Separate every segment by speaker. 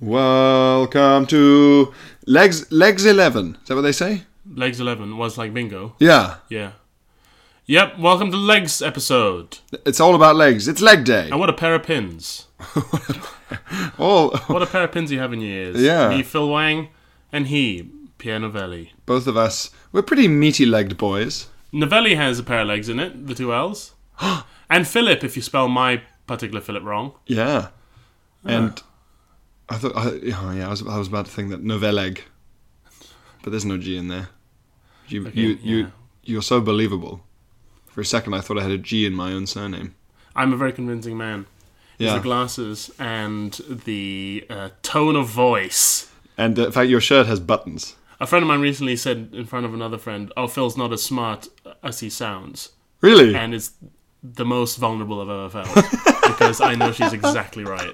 Speaker 1: Welcome to legs legs eleven. Is that what they say?
Speaker 2: Legs 11 was like bingo.
Speaker 1: Yeah,
Speaker 2: Yeah. Yep, welcome to Legs episode.
Speaker 1: it's all about legs. It's leg day.
Speaker 2: And what a pair of pins.
Speaker 1: All
Speaker 2: What a pair of pins you have in your ears.
Speaker 1: Yeah.
Speaker 2: Me, Phil Wang, and he, Pierre Novelli.
Speaker 1: both of us, we're pretty meaty legged boys.
Speaker 2: Novelli has a pair of legs in it, the two L's. and Philip, if you spell my particular Philip wrong.
Speaker 1: Yeah, and I thought, I, oh yeah, I was I was about to think that novelleg, but there's no G in there. You you
Speaker 2: yeah.
Speaker 1: you you're so believable. For a second, I thought I had a G in my own surname.
Speaker 2: I'm a very convincing man. It's
Speaker 1: Yeah.
Speaker 2: the glasses and the uh, tone of voice.
Speaker 1: And uh, in fact, your shirt has buttons.
Speaker 2: A friend of mine recently said in front of another friend, Oh, Phil's not as smart as he sounds.
Speaker 1: Really?
Speaker 2: and it's the most vulnerable I've ever felt because I know she's exactly right.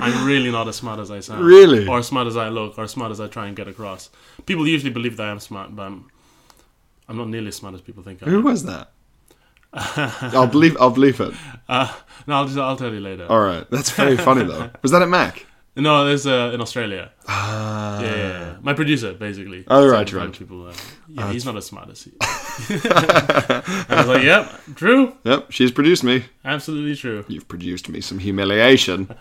Speaker 2: I'm really not as smart as I sound,
Speaker 1: Really?
Speaker 2: or as smart as I look, or as smart as I try and get across. People usually believe that I am smart, but I'm, I'm not nearly as smart as people think I
Speaker 1: Who
Speaker 2: am.
Speaker 1: was that? I'll believe I'll believe it.
Speaker 2: Uh, no, I'll, just, I'll tell you later.
Speaker 1: All right, that's very funny though. Was that at Mac?
Speaker 2: No, there's uh, in Australia. Ah. Yeah, yeah, yeah. my producer basically.
Speaker 1: Oh,
Speaker 2: So
Speaker 1: right,
Speaker 2: in front of
Speaker 1: right.
Speaker 2: People, uh, yeah, he's not as smart as he. I was like, yep, true,
Speaker 1: Yep, she's produced me.
Speaker 2: absolutely true.
Speaker 1: You've produced me some humiliation.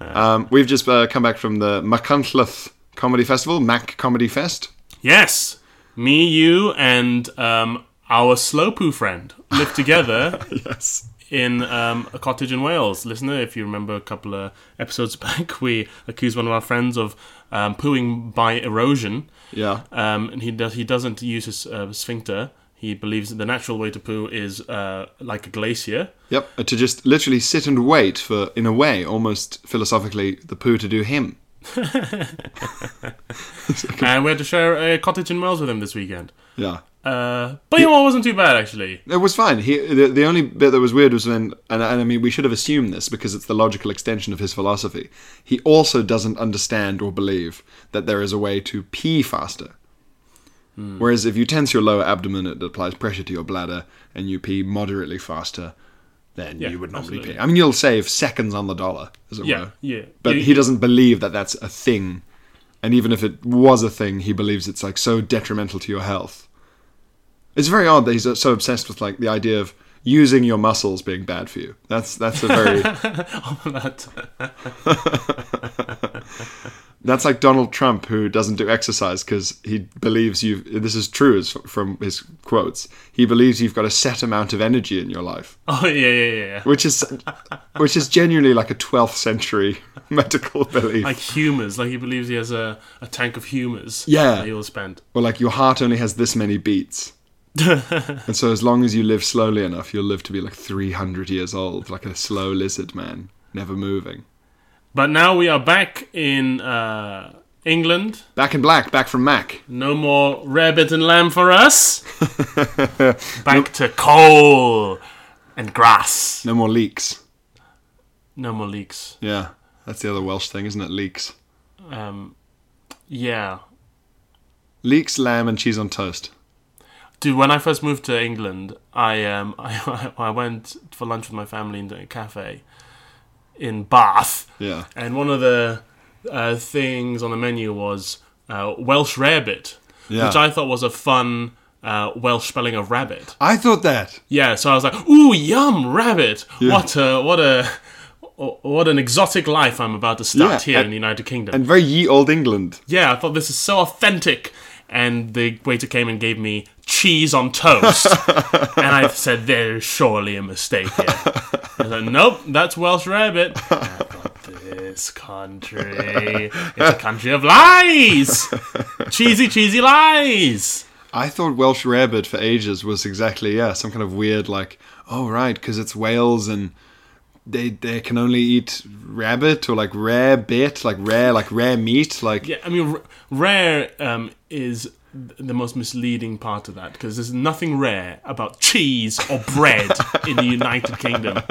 Speaker 1: um, we've just uh, come back from the MacCuntlath Comedy Festival, Mac Comedy Fest.
Speaker 2: Yes, me, you, and um, our slow poo friend lived together
Speaker 1: Yes.
Speaker 2: in um, a cottage in Wales. Listener, if you remember a couple of episodes back, we accused one of our friends of um, pooing by erosion,
Speaker 1: Yeah.
Speaker 2: um, and he does. He doesn't use his uh, sphincter. He believes that the natural way to poo is uh, like a glacier.
Speaker 1: Yep. uh, To just literally sit and wait for, in a way, almost philosophically, the poo to do him.
Speaker 2: And we had to share a cottage in Wales with him this weekend.
Speaker 1: Yeah.
Speaker 2: Uh, but you know, what? it wasn't too bad actually.
Speaker 1: It was fine. He, the, the only bit that was weird was when, and, I- and I mean, we should have assumed this because it's the logical extension of his philosophy. He also doesn't understand or believe that there is a way to pee faster. Whereas if you tense your lower abdomen, it applies pressure to your bladder, and you pee moderately faster than you would normally pee. I mean, you'll save seconds on the dollar, as it
Speaker 2: Yeah,
Speaker 1: were.
Speaker 2: yeah.
Speaker 1: But
Speaker 2: You-
Speaker 1: he doesn't believe that that's a thing. And even if it was a thing, he believes it's like so detrimental to your health. It's very odd that he's so obsessed with like the idea of using your muscles being bad for you. That's that's a very
Speaker 2: that
Speaker 1: that's like Donald Trump who doesn't do exercise because he believes you. This is true as f- from his quotes. He believes you've got a set amount of energy in your life,
Speaker 2: oh yeah, yeah, yeah, yeah.
Speaker 1: which is which is genuinely like a 12th century medical belief.
Speaker 2: like humours. Like he believes he has a, a tank of humours.
Speaker 1: Yeah.
Speaker 2: that he will spend.
Speaker 1: Or like your heart only has this many beats. and so as long as you live slowly enough, you'll live to be like 300 years old, like a slow lizard man, never moving.
Speaker 2: But now we are back in uh, England.
Speaker 1: Back in black, back from Mac.
Speaker 2: No more rabbit and lamb for us. back to coal and grass.
Speaker 1: No more leaks.
Speaker 2: No more leaks.
Speaker 1: Yeah. That's the other Welsh thing, isn't it? Leaks.
Speaker 2: Um, yeah,
Speaker 1: Leeks, lamb, and cheese on toast.
Speaker 2: dude. When I first moved to England, I um I I went for lunch with my family in a cafe in Bath.
Speaker 1: Yeah.
Speaker 2: And one of the uh, things on the menu was uh, Welsh rarebit,
Speaker 1: Yeah.
Speaker 2: which I thought was a fun uh, Welsh spelling of rabbit.
Speaker 1: I thought that.
Speaker 2: Yeah, so I was like, "Ooh, yum, rabbit! What a what a what an exotic life I'm about to start
Speaker 1: Yeah,
Speaker 2: here
Speaker 1: and-
Speaker 2: in the United Kingdom."
Speaker 1: And very ye old England.
Speaker 2: yeah, I thought this is so authentic. And the waiter came and gave me cheese on toast, and I said, "There's surely a mistake here." I was like, "Nope, that's Welsh rabbit." Not This country, it's a country of lies, cheesy, cheesy lies.
Speaker 1: I thought Welsh rarebit for ages was exactly, yeah, some kind of weird, like, oh right, because it's whales and they they can only eat rabbit or like rare bit, like rare like rare meat, like
Speaker 2: Yeah, I mean, r- rare um, is th- the most misleading part of that because there's nothing rare about cheese or bread in the United Kingdom.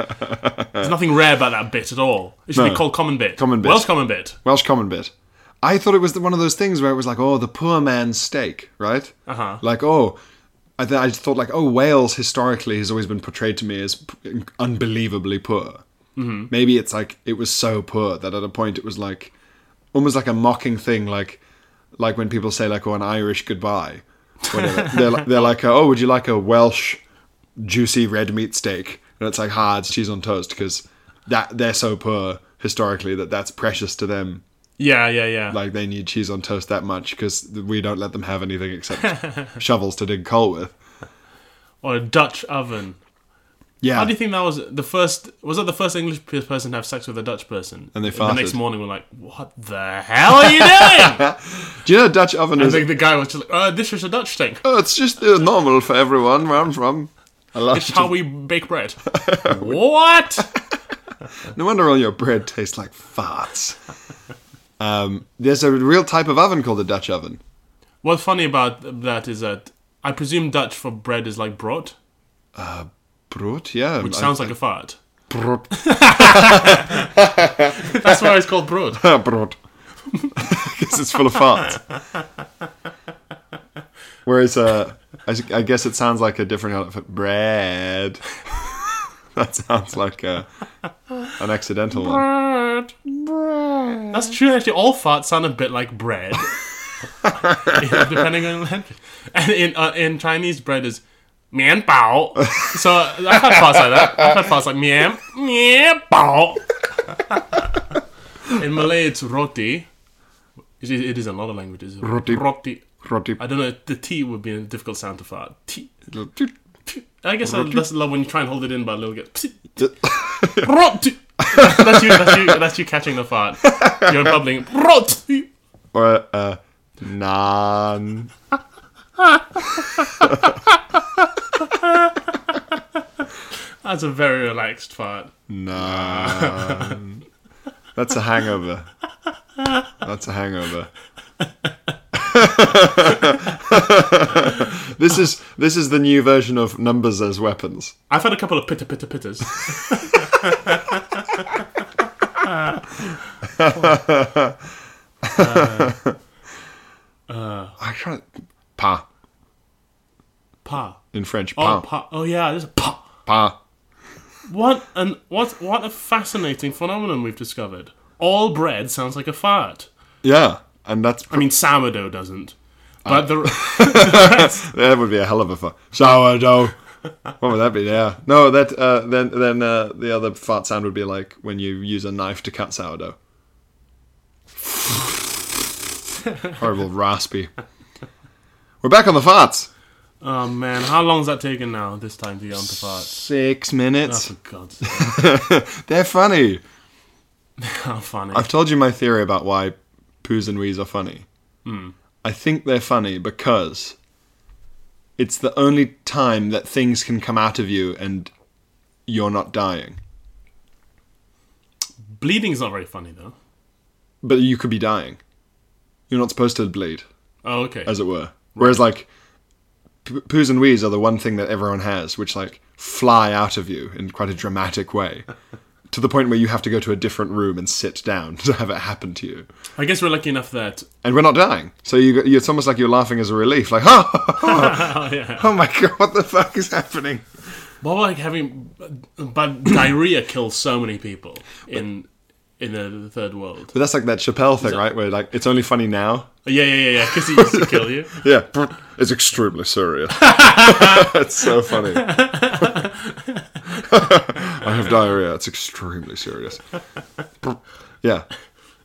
Speaker 2: There's nothing rare about that bit at all. It should
Speaker 1: No.
Speaker 2: be called common bit.
Speaker 1: Common bit.
Speaker 2: Welsh common bit.
Speaker 1: Welsh common bit. I thought it was the- one of those things where it was like, oh, the poor man's steak, right? Uh-huh. Like, oh, I, th- I just thought like, oh, Wales historically has always been portrayed to me as p- unbelievably poor. Mm-hmm. Maybe it's like it was so poor that at a point it was like almost like a mocking thing, like like when people say like, oh, an Irish goodbye. Whatever. they're, li- they're like, oh, would you like a Welsh juicy red meat steak? And it's like, ah, it's cheese on toast because that they're so poor historically that that's precious to them
Speaker 2: Yeah, yeah, yeah.
Speaker 1: like they need cheese on toast that much because we don't let them have anything except shovels to dig coal with.
Speaker 2: or a Dutch oven.
Speaker 1: Yeah,
Speaker 2: How do you think that was the first? Was that the first English pe- person to have sex with a Dutch person?
Speaker 1: And they
Speaker 2: The next
Speaker 1: farted.
Speaker 2: morning, we're like, "What the hell are you doing?"
Speaker 1: Do you know Dutch oven
Speaker 2: and
Speaker 1: is?
Speaker 2: the, the guy was just like, uh, "This is a Dutch thing.
Speaker 1: oh, it's just uh, normal for everyone where I'm from. I love
Speaker 2: It's how we bake bread." what?
Speaker 1: No wonder all your bread tastes like farts. Um, there's a real type of oven called the Dutch oven.
Speaker 2: What's funny about that is that I presume Dutch for bread is like brood,
Speaker 1: Brood, yeah.
Speaker 2: which sounds like a fart. That's why it's called brood.
Speaker 1: broad. Because it's full of farts. Whereas, uh, I, s- I guess it sounds like a different elephant. Bread. that sounds like a, an accidental one.
Speaker 2: That's true. Actually, all farts sound a bit like bread, Yeah, depending on language. And in uh, in Chinese, bread is mian bao. So I've had farts like that. I've had farts like mian mian bao. in Malay, it's roti. It is, it is in a lot of languages.
Speaker 1: Roti.
Speaker 2: Roti.
Speaker 1: Roti.
Speaker 2: I don't know. The T would be a difficult sound to fart. T. I guess I just love when you try and hold it in, but a little get. Roti. that's you. That's you. That's you catching the fart. You're bubbling. Roti.
Speaker 1: or uh, naan.
Speaker 2: That's a very relaxed fart.
Speaker 1: Naan. That's a hangover. That's a hangover. this is this is the new version of numbers as weapons.
Speaker 2: I've had a couple of pitter pitter pitters.
Speaker 1: I can't. Pa
Speaker 2: Pa.
Speaker 1: in French. Pa.
Speaker 2: Oh, pa. Oh yeah, there's a pa.
Speaker 1: pa.
Speaker 2: What and what? What a fascinating phenomenon we've discovered. All bread sounds like a fart.
Speaker 1: Yeah, and that's
Speaker 2: I mean, sourdough doesn't. But the
Speaker 1: that would be a hell of a fun sourdough. what would that be? Yeah, no, that uh, then then uh, the other fart sound would be like when you use a knife to cut sourdough. Horrible raspy. We're back on the farts.
Speaker 2: oh man, how long's that taken now? This time to get onto farts.
Speaker 1: Six
Speaker 2: Oh,
Speaker 1: minutes.
Speaker 2: for God's sake!
Speaker 1: They're funny.
Speaker 2: How funny.
Speaker 1: I've told you my theory about why poos and wees are funny. I think they're funny because it's the only time that things can come out of you and you're not dying.
Speaker 2: Bleeding's not very funny though.
Speaker 1: But you could be dying. You're not supposed to bleed,
Speaker 2: Oh, okay.
Speaker 1: as it were. Whereas, like, p- poos and wees are the one thing that everyone has, which, like, fly out of you in quite a dramatic way. to the point where you have to go to a different room and sit down to have it happen to you.
Speaker 2: I guess we're lucky enough that
Speaker 1: and we're not dying. So you, you- it's almost like you're laughing as a relief, like, oh, oh my god, what the fuck is happening?
Speaker 2: But like having, but diarrhea kills so many people in in the third world.
Speaker 1: But that's like that Chappelle thing, right? Where like it's only funny now.
Speaker 2: Yeah, yeah, yeah, yeah. Because he used to kill you.
Speaker 1: Yeah, it's extremely serious. it's so funny. I have diarrhea. It's extremely serious. Yeah,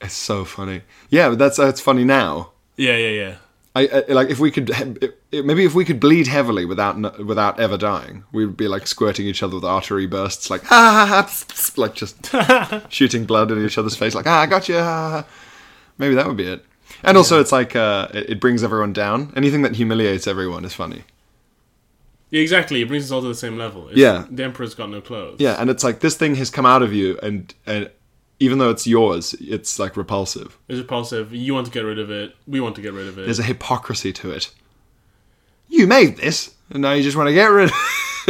Speaker 1: it's so funny. Yeah, but that's that's funny now.
Speaker 2: Yeah, yeah, yeah.
Speaker 1: I, I like if we could he- it- maybe if we could bleed heavily without n- without ever dying, we would be like squirting each other with artery bursts, like ah, ha, ha, pss, pss," like just shooting blood in each other's face, like ah, I got you. ah." Maybe that would be it. And also, it's like uh, it, it brings everyone down. Anything that humiliates everyone is funny.
Speaker 2: Yeah, exactly. It brings us all to the same level. It's-
Speaker 1: Yeah.
Speaker 2: The Emperor's got no clothes.
Speaker 1: Yeah, and it's like this thing has come out of you, and and even though it's yours, it's like repulsive.
Speaker 2: It's repulsive. You want to get rid of it. We want to get rid of it.
Speaker 1: There's a hypocrisy to it. You made this, and now you just want to get rid.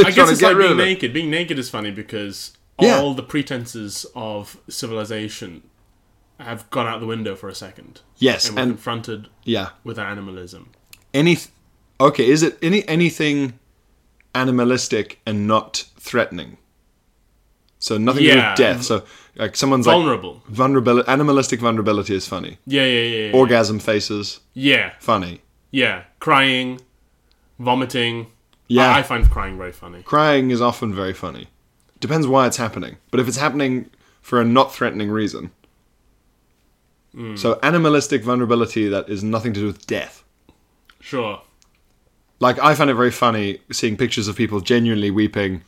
Speaker 2: I guess it's like being naked. Being naked is funny because
Speaker 1: Yeah.
Speaker 2: all the pretenses of civilization have gone out the window for a second.
Speaker 1: Yes,
Speaker 2: and we're
Speaker 1: and-
Speaker 2: confronted
Speaker 1: Yeah.
Speaker 2: with animalism.
Speaker 1: Any. Okay, is it any anything animalistic and not threatening? So nothing to do
Speaker 2: Yeah.
Speaker 1: with death. So like someone's
Speaker 2: Vulnerable.
Speaker 1: Like, vulnerability. Animalistic vulnerability is funny.
Speaker 2: Yeah, yeah, yeah. Yeah,
Speaker 1: Orgasm faces
Speaker 2: yeah,
Speaker 1: funny.
Speaker 2: yeah. Crying, vomiting.
Speaker 1: Yeah.
Speaker 2: I, I find crying very funny.
Speaker 1: Crying is often very funny. Depends why it's happening. But if it's happening for a not threatening reason.
Speaker 2: Hmm.
Speaker 1: So animalistic vulnerability that is nothing to do with death.
Speaker 2: Sure.
Speaker 1: Like I find it very funny seeing pictures of people genuinely weeping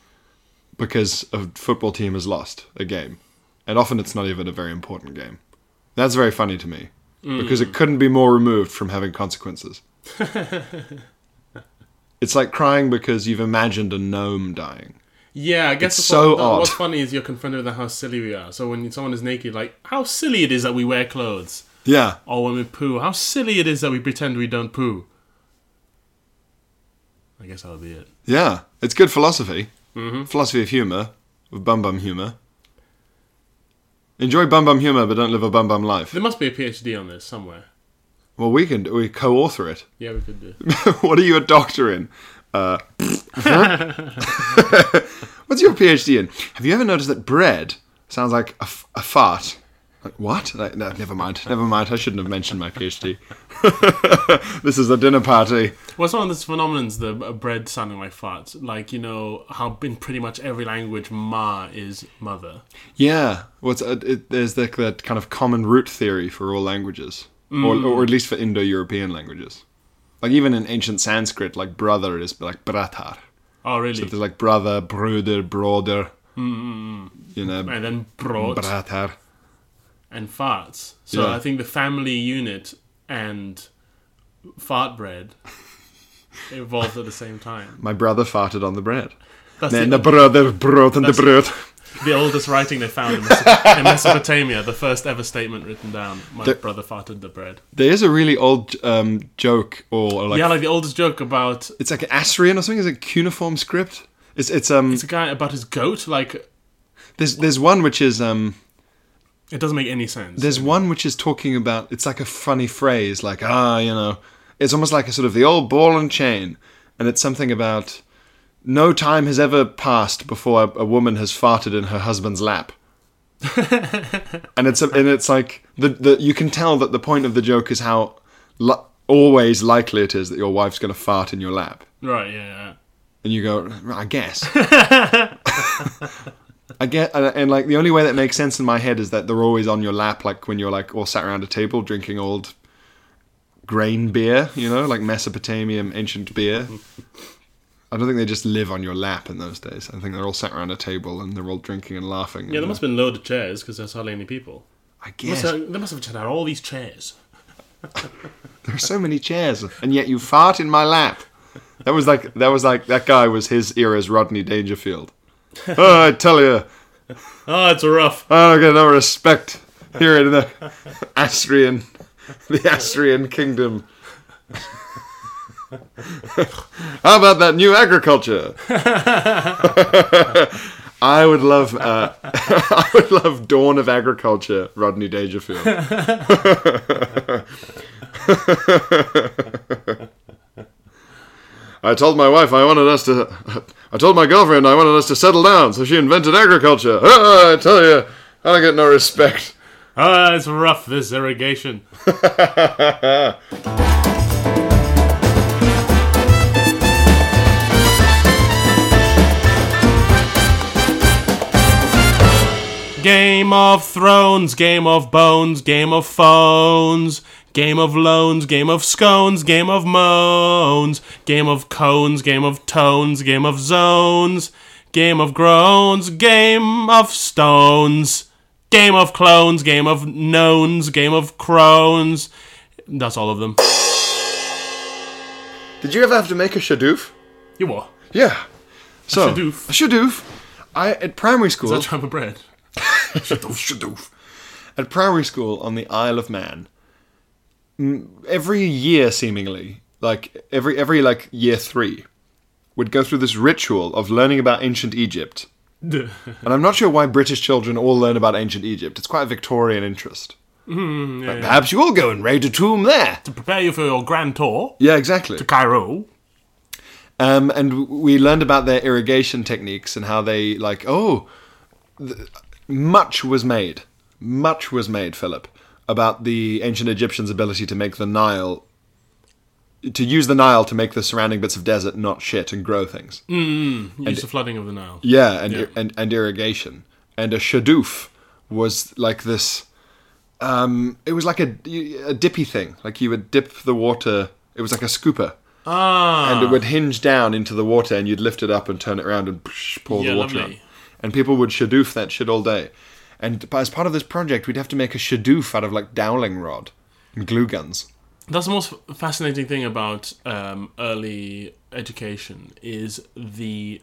Speaker 1: because a football team has lost a game. And often it's not even a very important game. That's very funny to me. Because it couldn't be more removed from having consequences. it's like crying because you've imagined a gnome dying.
Speaker 2: Yeah, I guess
Speaker 1: It's
Speaker 2: that's what-
Speaker 1: so
Speaker 2: that- What's
Speaker 1: odd.
Speaker 2: funny is you're confronted with how silly we are. So when someone is naked, like how silly it is that we wear clothes,
Speaker 1: Yeah.
Speaker 2: or when we poo, how silly it is that we pretend we don't poo. I guess that'll be it.
Speaker 1: Yeah, it's good philosophy. Philosophy of humor, of bum bum humor. Enjoy bum bum humor, but don't live a bum bum life.
Speaker 2: There must be a PhD on this somewhere.
Speaker 1: Well, we can we co-author it.
Speaker 2: Yeah, we could do.
Speaker 1: what are you a doctor in? Uh, what's your PhD in? Have you ever noticed that bread sounds like a, f- a fart? Like, what? Like, no, never mind. Never mind. I shouldn't have mentioned my PhD. this is a dinner party.
Speaker 2: What's one of those phenomenons, the uh, bread sounding like farts? Like, you know, how in pretty much every language, ma is mother.
Speaker 1: Yeah, what's uh, it, there's that, that kind of common root theory for all languages, or, or at least for Indo-European languages. Like even in ancient Sanskrit, like brother is like bratar.
Speaker 2: Oh,
Speaker 1: So
Speaker 2: really?
Speaker 1: there's like brother, brother, broder. You know,
Speaker 2: and then brought
Speaker 1: bratar.
Speaker 2: and farts. So
Speaker 1: Yeah.
Speaker 2: I think the family unit and fart bread evolved at the same time.
Speaker 1: My brother farted on the bread.
Speaker 2: That's
Speaker 1: Then the
Speaker 2: the,
Speaker 1: brother brought on the bread.
Speaker 2: the oldest writing they found in, Meso- in Mesopotamia, the first ever statement written down. My
Speaker 1: The-
Speaker 2: brother farted the bread.
Speaker 1: There is a really old um, joke, or like
Speaker 2: yeah, like the oldest joke about
Speaker 1: it's like an Assyrian or something. Is it cuneiform script? It's it's um.
Speaker 2: it's a guy about his goat. Like
Speaker 1: there's there's one which is um.
Speaker 2: it doesn't make any sense.
Speaker 1: There's one which is talking about it's like a funny phrase, like ah, you know, it's almost like a sort of the old ball and chain, and it's something about no time has ever passed before a, a woman has farted in her husband's lap, and it's a, and it's like the, the you can tell that the point of the joke is how li- always likely it is that your wife's going to fart in your lap,
Speaker 2: right? Yeah, yeah.
Speaker 1: and you go, I guess. I get, and, and like the only way that makes sense in my head is that they're always on your lap, like when you're like all sat around a table drinking old grain beer, you know, like Mesopotamian ancient beer. I don't think they just live on your lap in those days. I think they're all sat around a table and they're all drinking and laughing.
Speaker 2: Yeah,
Speaker 1: and,
Speaker 2: there must have been loads of chairs because there's hardly any people.
Speaker 1: I
Speaker 2: Must uh,
Speaker 1: guess
Speaker 2: have- they must have checked out all these chairs.
Speaker 1: there are so many chairs, and yet you fart in my lap. That was like that was like that guy was his era's Rodney Dangerfield. oh, I tell you.
Speaker 2: Oh, it's rough.
Speaker 1: I don't get no respect here in the Astrian, the Astrian kingdom. How about that new agriculture? I would love, uh, I would love Dawn of Agriculture, Rodney Dangerfield. I told my wife I wanted us to. I told my girlfriend I wanted us to settle down, so she invented agriculture. Ah, I tell you, I don't get no respect.
Speaker 2: Ah, it's rough. This irrigation. Game of Thrones, Game of Bones, Game of Phones, Game of Loans, Game of Scones, Game of Moans, Game of Cones, Game of Tones, Game of Zones, Game of Groans, Game of Stones, Game of Clones, Game of Knowns, Game of Crones. That's all of them.
Speaker 1: Did you ever have to make a shadoof?
Speaker 2: You what?
Speaker 1: Yeah. So
Speaker 2: shadoof.
Speaker 1: a shadoof. I at primary school.
Speaker 2: That's rubber bread.
Speaker 1: Shadoof, shadoof. At primary school on the Isle of Man, m- every year seemingly, like every every like year three, would go through this ritual of learning about ancient Egypt. and I'm not sure why British children all learn about ancient Egypt. It's quite a Victorian interest. But Perhaps you all go and raid a tomb there.
Speaker 2: To prepare you for your grand tour
Speaker 1: Yeah, exactly.
Speaker 2: to Cairo.
Speaker 1: Um, and w- we learned about their irrigation techniques and how they like oh, th- much was made, much was made, Philip, about the ancient Egyptians' ability to make the Nile, to use the Nile to make the surrounding bits of desert not shit and grow things.
Speaker 2: Use the flooding of the Nile.
Speaker 1: Yeah, and, and and irrigation and a shadoof was like this. Um, it was like a a dippy thing. Like you would dip the water. It was like a scooper.
Speaker 2: Ah,
Speaker 1: and it would hinge down into the water, and you'd lift it up and turn it around and psh, pour
Speaker 2: Yeah,
Speaker 1: the water
Speaker 2: lovely.
Speaker 1: out. And people would shadoof that shit all day. And but as part of this project, we'd have to make a shadoof out of like dowling rod and glue guns.
Speaker 2: that's the most fascinating thing about um, early education is the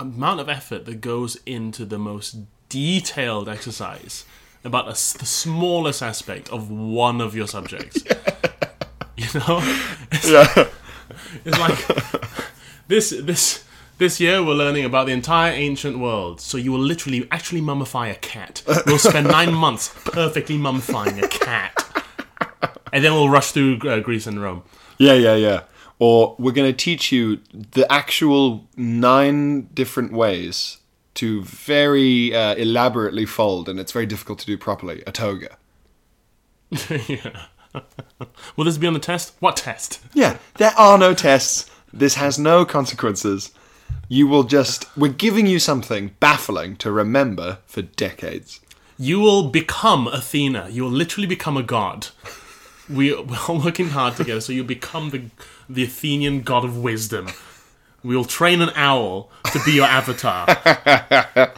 Speaker 2: amount of effort that goes into the most detailed exercise about a s the smallest aspect of one of your subjects. You know, it's, it's like this this. This year we're learning about the entire ancient world, so you will literally actually mummify a cat. We'll spend nine months perfectly mummifying a cat and then we'll rush through uh, Greece and Rome.
Speaker 1: Yeah, yeah, yeah. Or we're going to teach you the actual nine different ways to very uh, elaborately fold, and it's very difficult to do properly. A toga.
Speaker 2: yeah. Will this be on the test? What test?
Speaker 1: Yeah, there are no tests. This has no consequences. You will just. We're giving you something baffling to remember for decades.
Speaker 2: You will become Athena. You will literally become a god. We, we're all working hard together, so you'll become the, the Athenian god of wisdom. We'll train an owl to be your avatar,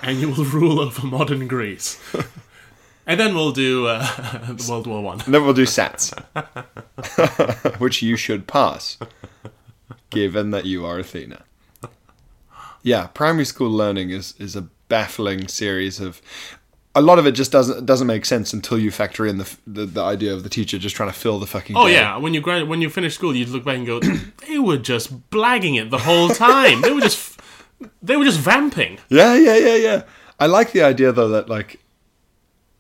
Speaker 2: and you will rule over modern Greece. And then we'll do uh, World War One.
Speaker 1: And then we'll do sats, which you should pass, given that you are Athena. Yeah, primary school learning is, is a baffling series of. A lot of it just doesn't doesn't make sense until you factor in the f- the, the idea of the teacher just trying to fill the fucking.
Speaker 2: Oh
Speaker 1: gap.
Speaker 2: yeah, when you grad- when you finish school, you look back and go, they were just blagging it the whole time. they were just they were just vamping.
Speaker 1: Yeah, yeah, yeah, yeah. I like the idea though that like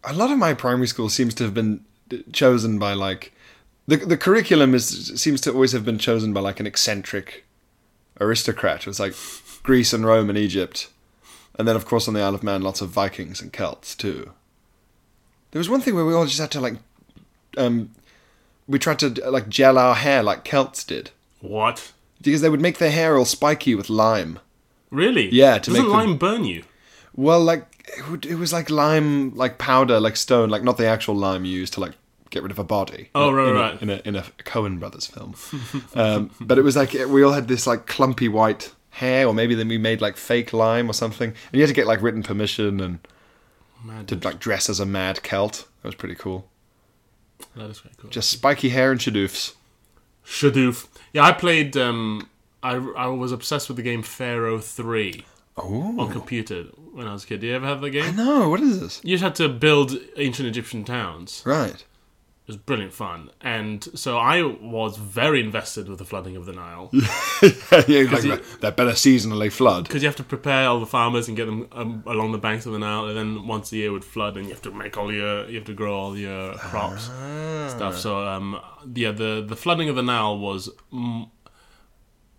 Speaker 1: a lot of my primary school seems to have been d- chosen by like the the curriculum is seems to always have been chosen by like an eccentric aristocrat. It's like Greece and Rome and Egypt, and then of course on the Isle of Man, lots of Vikings and Celts too. There was one thing where we all just had to like, um, we tried to like gel our hair like Celts did
Speaker 2: What?
Speaker 1: because they would make their hair all spiky with lime.
Speaker 2: Really?
Speaker 1: Yeah, to
Speaker 2: Doesn't
Speaker 1: make them-
Speaker 2: lime burn you?
Speaker 1: Well, like it, would, it was like lime, like powder, like stone, like not the actual lime you use to like get rid of a body.
Speaker 2: Oh,
Speaker 1: In a-
Speaker 2: right,
Speaker 1: in a-
Speaker 2: right.
Speaker 1: In a in a Cohen Brothers film, um, but it was like we all had this like clumpy white hair, or maybe then we made like fake lime or something, and you had to get like written permission and to like dress as a mad Celt. That was pretty cool.
Speaker 2: That is quite cool.
Speaker 1: Just spiky hair and shadoofs.
Speaker 2: Shadoof. Yeah, I played. Um, I I was obsessed with the game Pharaoh Three
Speaker 1: Oh
Speaker 2: on computer when I was a kid. Do you ever have the game?
Speaker 1: no, what is this?
Speaker 2: You just had to build ancient Egyptian towns.
Speaker 1: Right.
Speaker 2: It was brilliant fun, and so I was very invested with the flooding of the Nile.
Speaker 1: yeah, like that, that better seasonally flood.
Speaker 2: because you have to prepare all the farmers and get them um, along the banks of the Nile, and then once a year it would flood, and you have to make all your, you have to grow all your crops, stuff. So um, yeah, the the flooding of the Nile was m-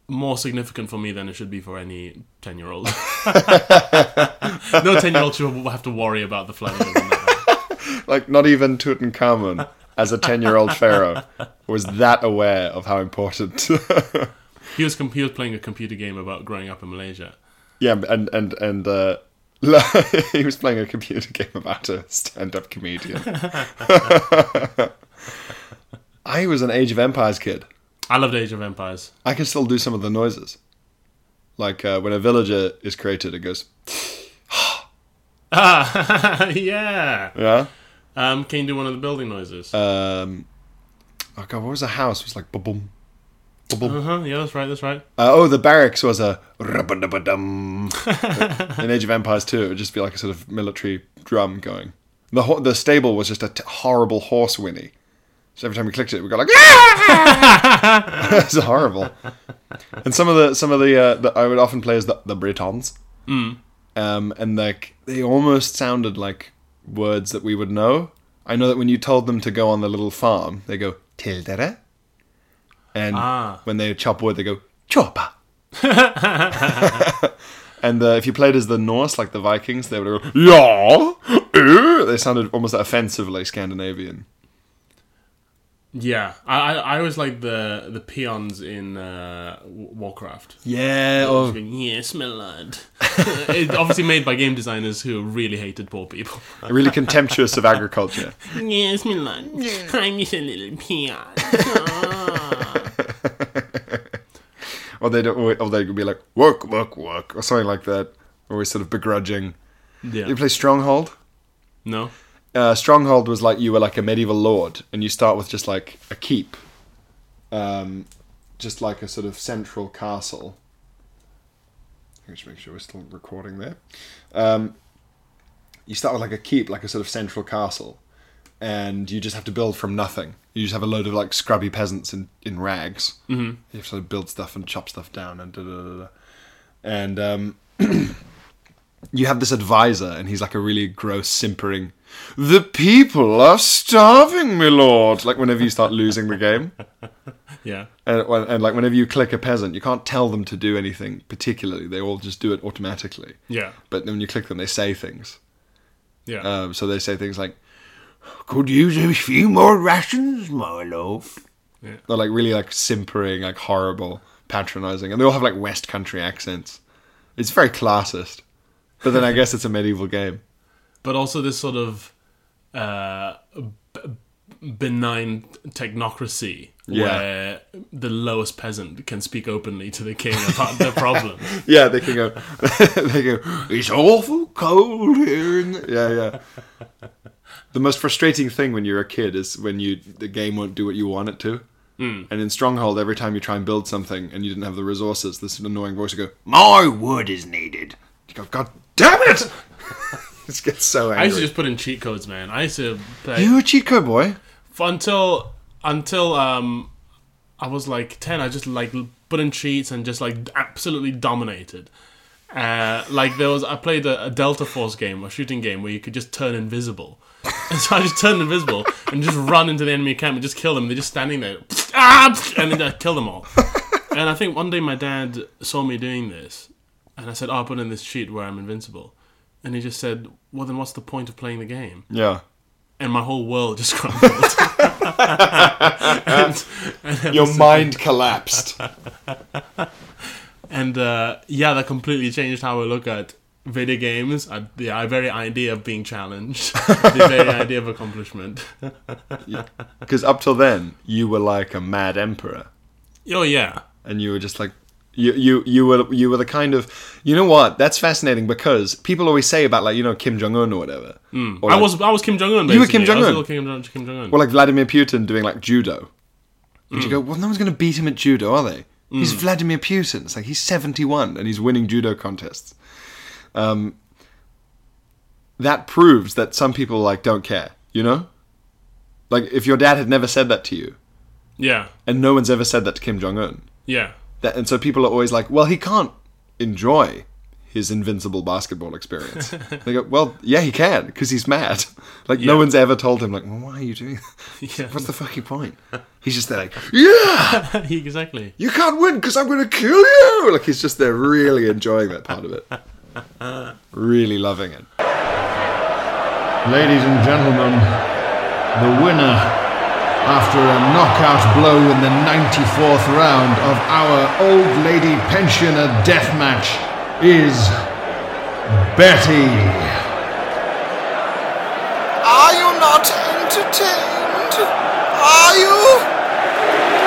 Speaker 2: more significant for me than it should be for any ten year old. no ten year old should have to worry about the flooding of the Nile.
Speaker 1: like not even Tutankhamun as a 10-year-old pharaoh was that aware of how important
Speaker 2: He was com- he was playing a computer game about growing up in Malaysia.
Speaker 1: yeah and and and uh he was playing a computer game about a stand-up comedian i was an age of empires kid
Speaker 2: I loved Age of Empires.
Speaker 1: i can still do some of the noises like uh, when a villager is created it goes
Speaker 2: Ah, yeah.
Speaker 1: yeah
Speaker 2: Um, can you do one of the building noises?
Speaker 1: uh, um oh god what was a house it was like boom
Speaker 2: Uh-huh, yeah, that's right, that's right.
Speaker 1: Uh, oh, the barracks was a rub-a-dub-a-dum. in Age of Empires 2. It would just be like a sort of military drum going. The ho- the stable was just a t- horrible horse whinny. So every time we clicked it, we got like it's horrible. And some of the some of the, uh, the I would often play as the the Britons, mm. um, and like they almost sounded like words that we would know. I know that when you told them to go on the little farm, they go tildere, and when they chop wood, they go choppa. And uh, if you played as the Norse, like the Vikings, they would go, yeah, eh." they sounded almost offensively Scandinavian.
Speaker 2: Yeah, I, I, I was like the the peons in uh, W- Warcraft.
Speaker 1: Yeah,
Speaker 2: Just going, yes, my lad. It- obviously made by game designers who really hated poor people.
Speaker 1: really contemptuous of agriculture.
Speaker 2: yes, my lad. I'm just a little peon.
Speaker 1: Or they'd, or or they'd be like, work, work, work, or something like that. Always sort of begrudging.
Speaker 2: Yeah.
Speaker 1: You play Stronghold?
Speaker 2: No.
Speaker 1: uh, stronghold was like you were like a medieval lord, and you start with just like a keep, um, just like a sort of central castle. I should make sure we're still recording there. Um, you start with like a keep, like a sort of central castle, and you just have to build from nothing. You just have a load of like scrubby peasants in in rags. Mm-hmm. You have to sort of build stuff and chop stuff down and da da da. da. And um, you have this advisor, and he's like a really gross, simpering. The people are starving, my lord. Like whenever you start losing the game,
Speaker 2: Yeah.
Speaker 1: and, and like whenever you click a peasant, you can't tell them to do anything particularly. They all just do it automatically.
Speaker 2: Yeah.
Speaker 1: But then when you click them, they say things.
Speaker 2: Yeah.
Speaker 1: Um, so they say things like, "Could use a few more rations, my lord."
Speaker 2: Yeah.
Speaker 1: They're like really like simpering, like horrible, patronizing, and they all have like West Country accents. It's very classist. But then I guess it's a medieval game.
Speaker 2: but also this sort of uh, b- benign technocracy
Speaker 1: Yeah.
Speaker 2: where the lowest peasant can speak openly to the king about their problems.
Speaker 1: Yeah, they can go. they go. It's awful cold here. In the-" Yeah, yeah. The most frustrating thing when you're a kid is when you the game won't do what you want it to. Mm. And in Stronghold, every time you try and build something and you didn't have the resources, this annoying voice would go, "My wood is needed." You go, "God damn it!" this gets so
Speaker 2: I used to
Speaker 1: angry.
Speaker 2: just put in cheat codes, man. I used to play
Speaker 1: You a cheat code boy?
Speaker 2: f- until until um, I was like ten. I just like l- put in cheats and just like absolutely dominated. Uh, like there was, I played a, a Delta Force game, a shooting game where you could just turn invisible. And so I just turned invisible and just run into the enemy camp and just kill them. They're just standing there, ah, and then I kill them all. And I think one day my dad saw me doing this, and I said, "Oh, I put in this cheat where I'm invincible," and he just said, "Well, then what's the point of playing the game?"
Speaker 1: Yeah.
Speaker 2: and my whole world just crumbled. and
Speaker 1: Your mind collapsed.
Speaker 2: and uh, yeah, that completely changed how I look at video games, at the uh, very idea of being challenged, the very idea of accomplishment.
Speaker 1: Because up till then, you were like a mad emperor.
Speaker 2: Oh yeah,
Speaker 1: and you were just like you you you were you were the kind of you know what that's fascinating because people always say about like you know Kim Jong Un or whatever or
Speaker 2: Hmm. I
Speaker 1: like-
Speaker 2: was I was Kim Jong Un.
Speaker 1: You were Kim Jong-un?
Speaker 2: Kim Jong Kim Jong Un.
Speaker 1: or like Vladimir Putin doing like judo and
Speaker 2: Hmm.
Speaker 1: you go well no one's going to beat him at judo are they he's Vladimir Putin it's like he's 71 and he's winning judo contests um that proves that some people like don't care you know like if your dad had never said that to you
Speaker 2: yeah,
Speaker 1: and no one's ever said that to Kim Jong Un
Speaker 2: yeah,
Speaker 1: that, and so people are always like, well, he can't enjoy his invincible basketball experience. they go, well, yeah, he can because he's mad. Like no
Speaker 2: Yeah.
Speaker 1: one's ever told him, like, well, why are you doing? That?
Speaker 2: Yeah.
Speaker 1: What's the fucking point? He's just there, like, yeah,
Speaker 2: exactly.
Speaker 1: you can't win because I'm going to kill you. Like he's just there, really enjoying that part of it, really loving it.
Speaker 3: Ladies and gentlemen, the winner after a knockout blow in the 94th round of our Old Lady Pensioner Death Match is Betty.
Speaker 4: Are you not entertained? Are you?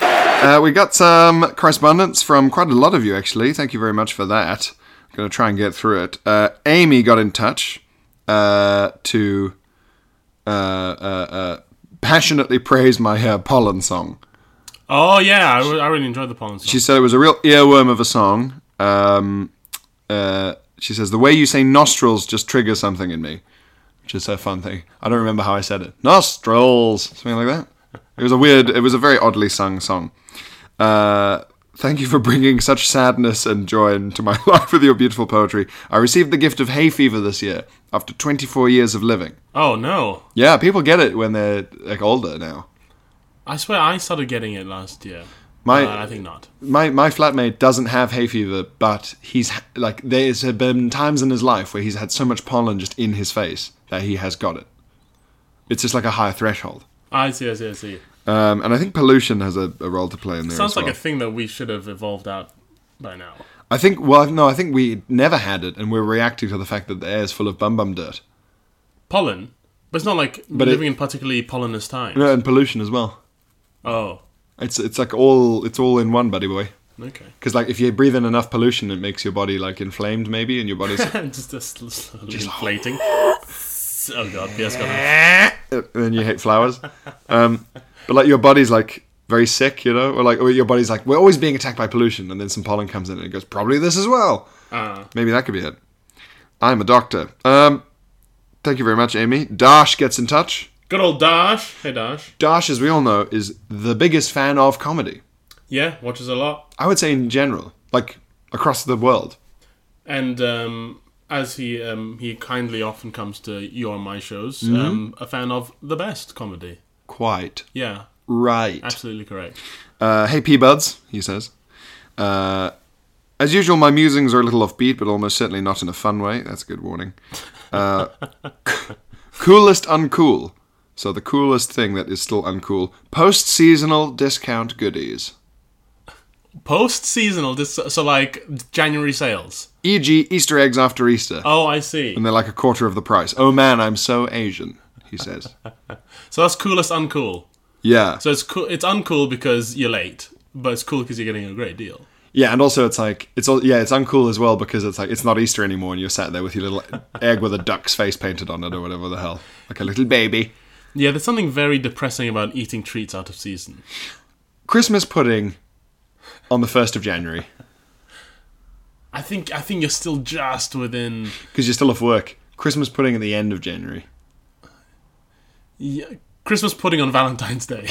Speaker 1: Uh, we got some correspondence from quite a lot of you, actually. Thank you very much for that. I'm going to try and get through it. Uh, Amy got in touch uh, to uh, uh, uh, passionately praise my uh, pollen song.
Speaker 2: Oh yeah, I, re- I really enjoyed the pollen song.
Speaker 1: She said it was a real earworm of a song. Um, uh, she says, The way you say nostrils just triggers something in me, which is a fun thing. I don't remember how I said it. Nostrils! Something like that. It was a weird, it was a very oddly sung song. Uh, thank you for bringing such sadness and joy into my life with your beautiful poetry. I received the gift of hay fever this year after 24 years of living.
Speaker 2: oh no,
Speaker 1: Yeah, people get it when they're like older now.
Speaker 2: I swear I started getting it last year.
Speaker 1: My-
Speaker 2: Uh, I think not.
Speaker 1: my my flatmate doesn't have hay fever, but he's ha- like there's been times in his life where he's had so much pollen just in his face that he has got it. It's just like a higher threshold,
Speaker 2: I see, I see, I see.
Speaker 1: um, and I think pollution has a, a role to play in there.
Speaker 2: Sounds
Speaker 1: as well.
Speaker 2: like a thing that we should have evolved out by now.
Speaker 1: I think well no, I think we never had it, and we're reacting to the fact that the air is full of bum bum dirt
Speaker 2: Pollen, but it's not like
Speaker 1: But it-
Speaker 2: living in particularly pollinous times.
Speaker 1: No, and pollution as well.
Speaker 2: Oh,
Speaker 1: It's it's like all it's all in one, buddy boy.
Speaker 2: okay.
Speaker 1: Because like if you breathe in enough pollution, it makes your body like inflamed maybe, and your body's
Speaker 2: just just slowly inflating. oh god, yes, got
Speaker 1: and then you hate flowers. Um, but like your body's like very sick, you know, or like or your body's like we're always being attacked by pollution, and then some pollen comes in and it goes probably this as well. Maybe that could be it. I'm a doctor. Um, thank you very much, Amy. Dash gets in touch.
Speaker 2: good old Dash. Hey Dash.
Speaker 1: Dash, as we all know, is the biggest fan of comedy.
Speaker 2: Yeah, watches a lot.
Speaker 1: I would say in general, like across the world.
Speaker 2: and um, as he um, he kindly often comes to your and my shows, um, a fan of the best comedy.
Speaker 1: Quite
Speaker 2: Yeah,
Speaker 1: right.
Speaker 2: absolutely correct.
Speaker 1: Uh, hey, P Buds, he says. Uh, as usual, my musings are a little offbeat, but almost certainly not in a fun way. That's a good warning. Uh, coolest uncool. So the coolest thing that is still uncool. Post seasonal discount goodies.
Speaker 2: Post seasonal, this so like January sales.
Speaker 1: E.g., e Easter eggs after Easter.
Speaker 2: Oh, I see.
Speaker 1: And they're like a quarter of the price. Oh man, I'm so Asian, he says.
Speaker 2: So that's coolest uncool.
Speaker 1: Yeah.
Speaker 2: So it's cool. It's uncool because you're late, but it's cool because you're getting a great deal.
Speaker 1: Yeah, and also it's like it's all yeah, it's uncool as well because it's like it's not Easter anymore and you're sat there with your little egg with a duck's face painted on it or whatever the hell. Like a little baby.
Speaker 2: Yeah, there's something very depressing about eating treats out of season.
Speaker 1: Christmas pudding on the 1st of January
Speaker 2: I think I think you're still just within.
Speaker 1: because you're still off work. Christmas pudding at the end of January.
Speaker 2: Yeah, Christmas pudding on Valentine's Day.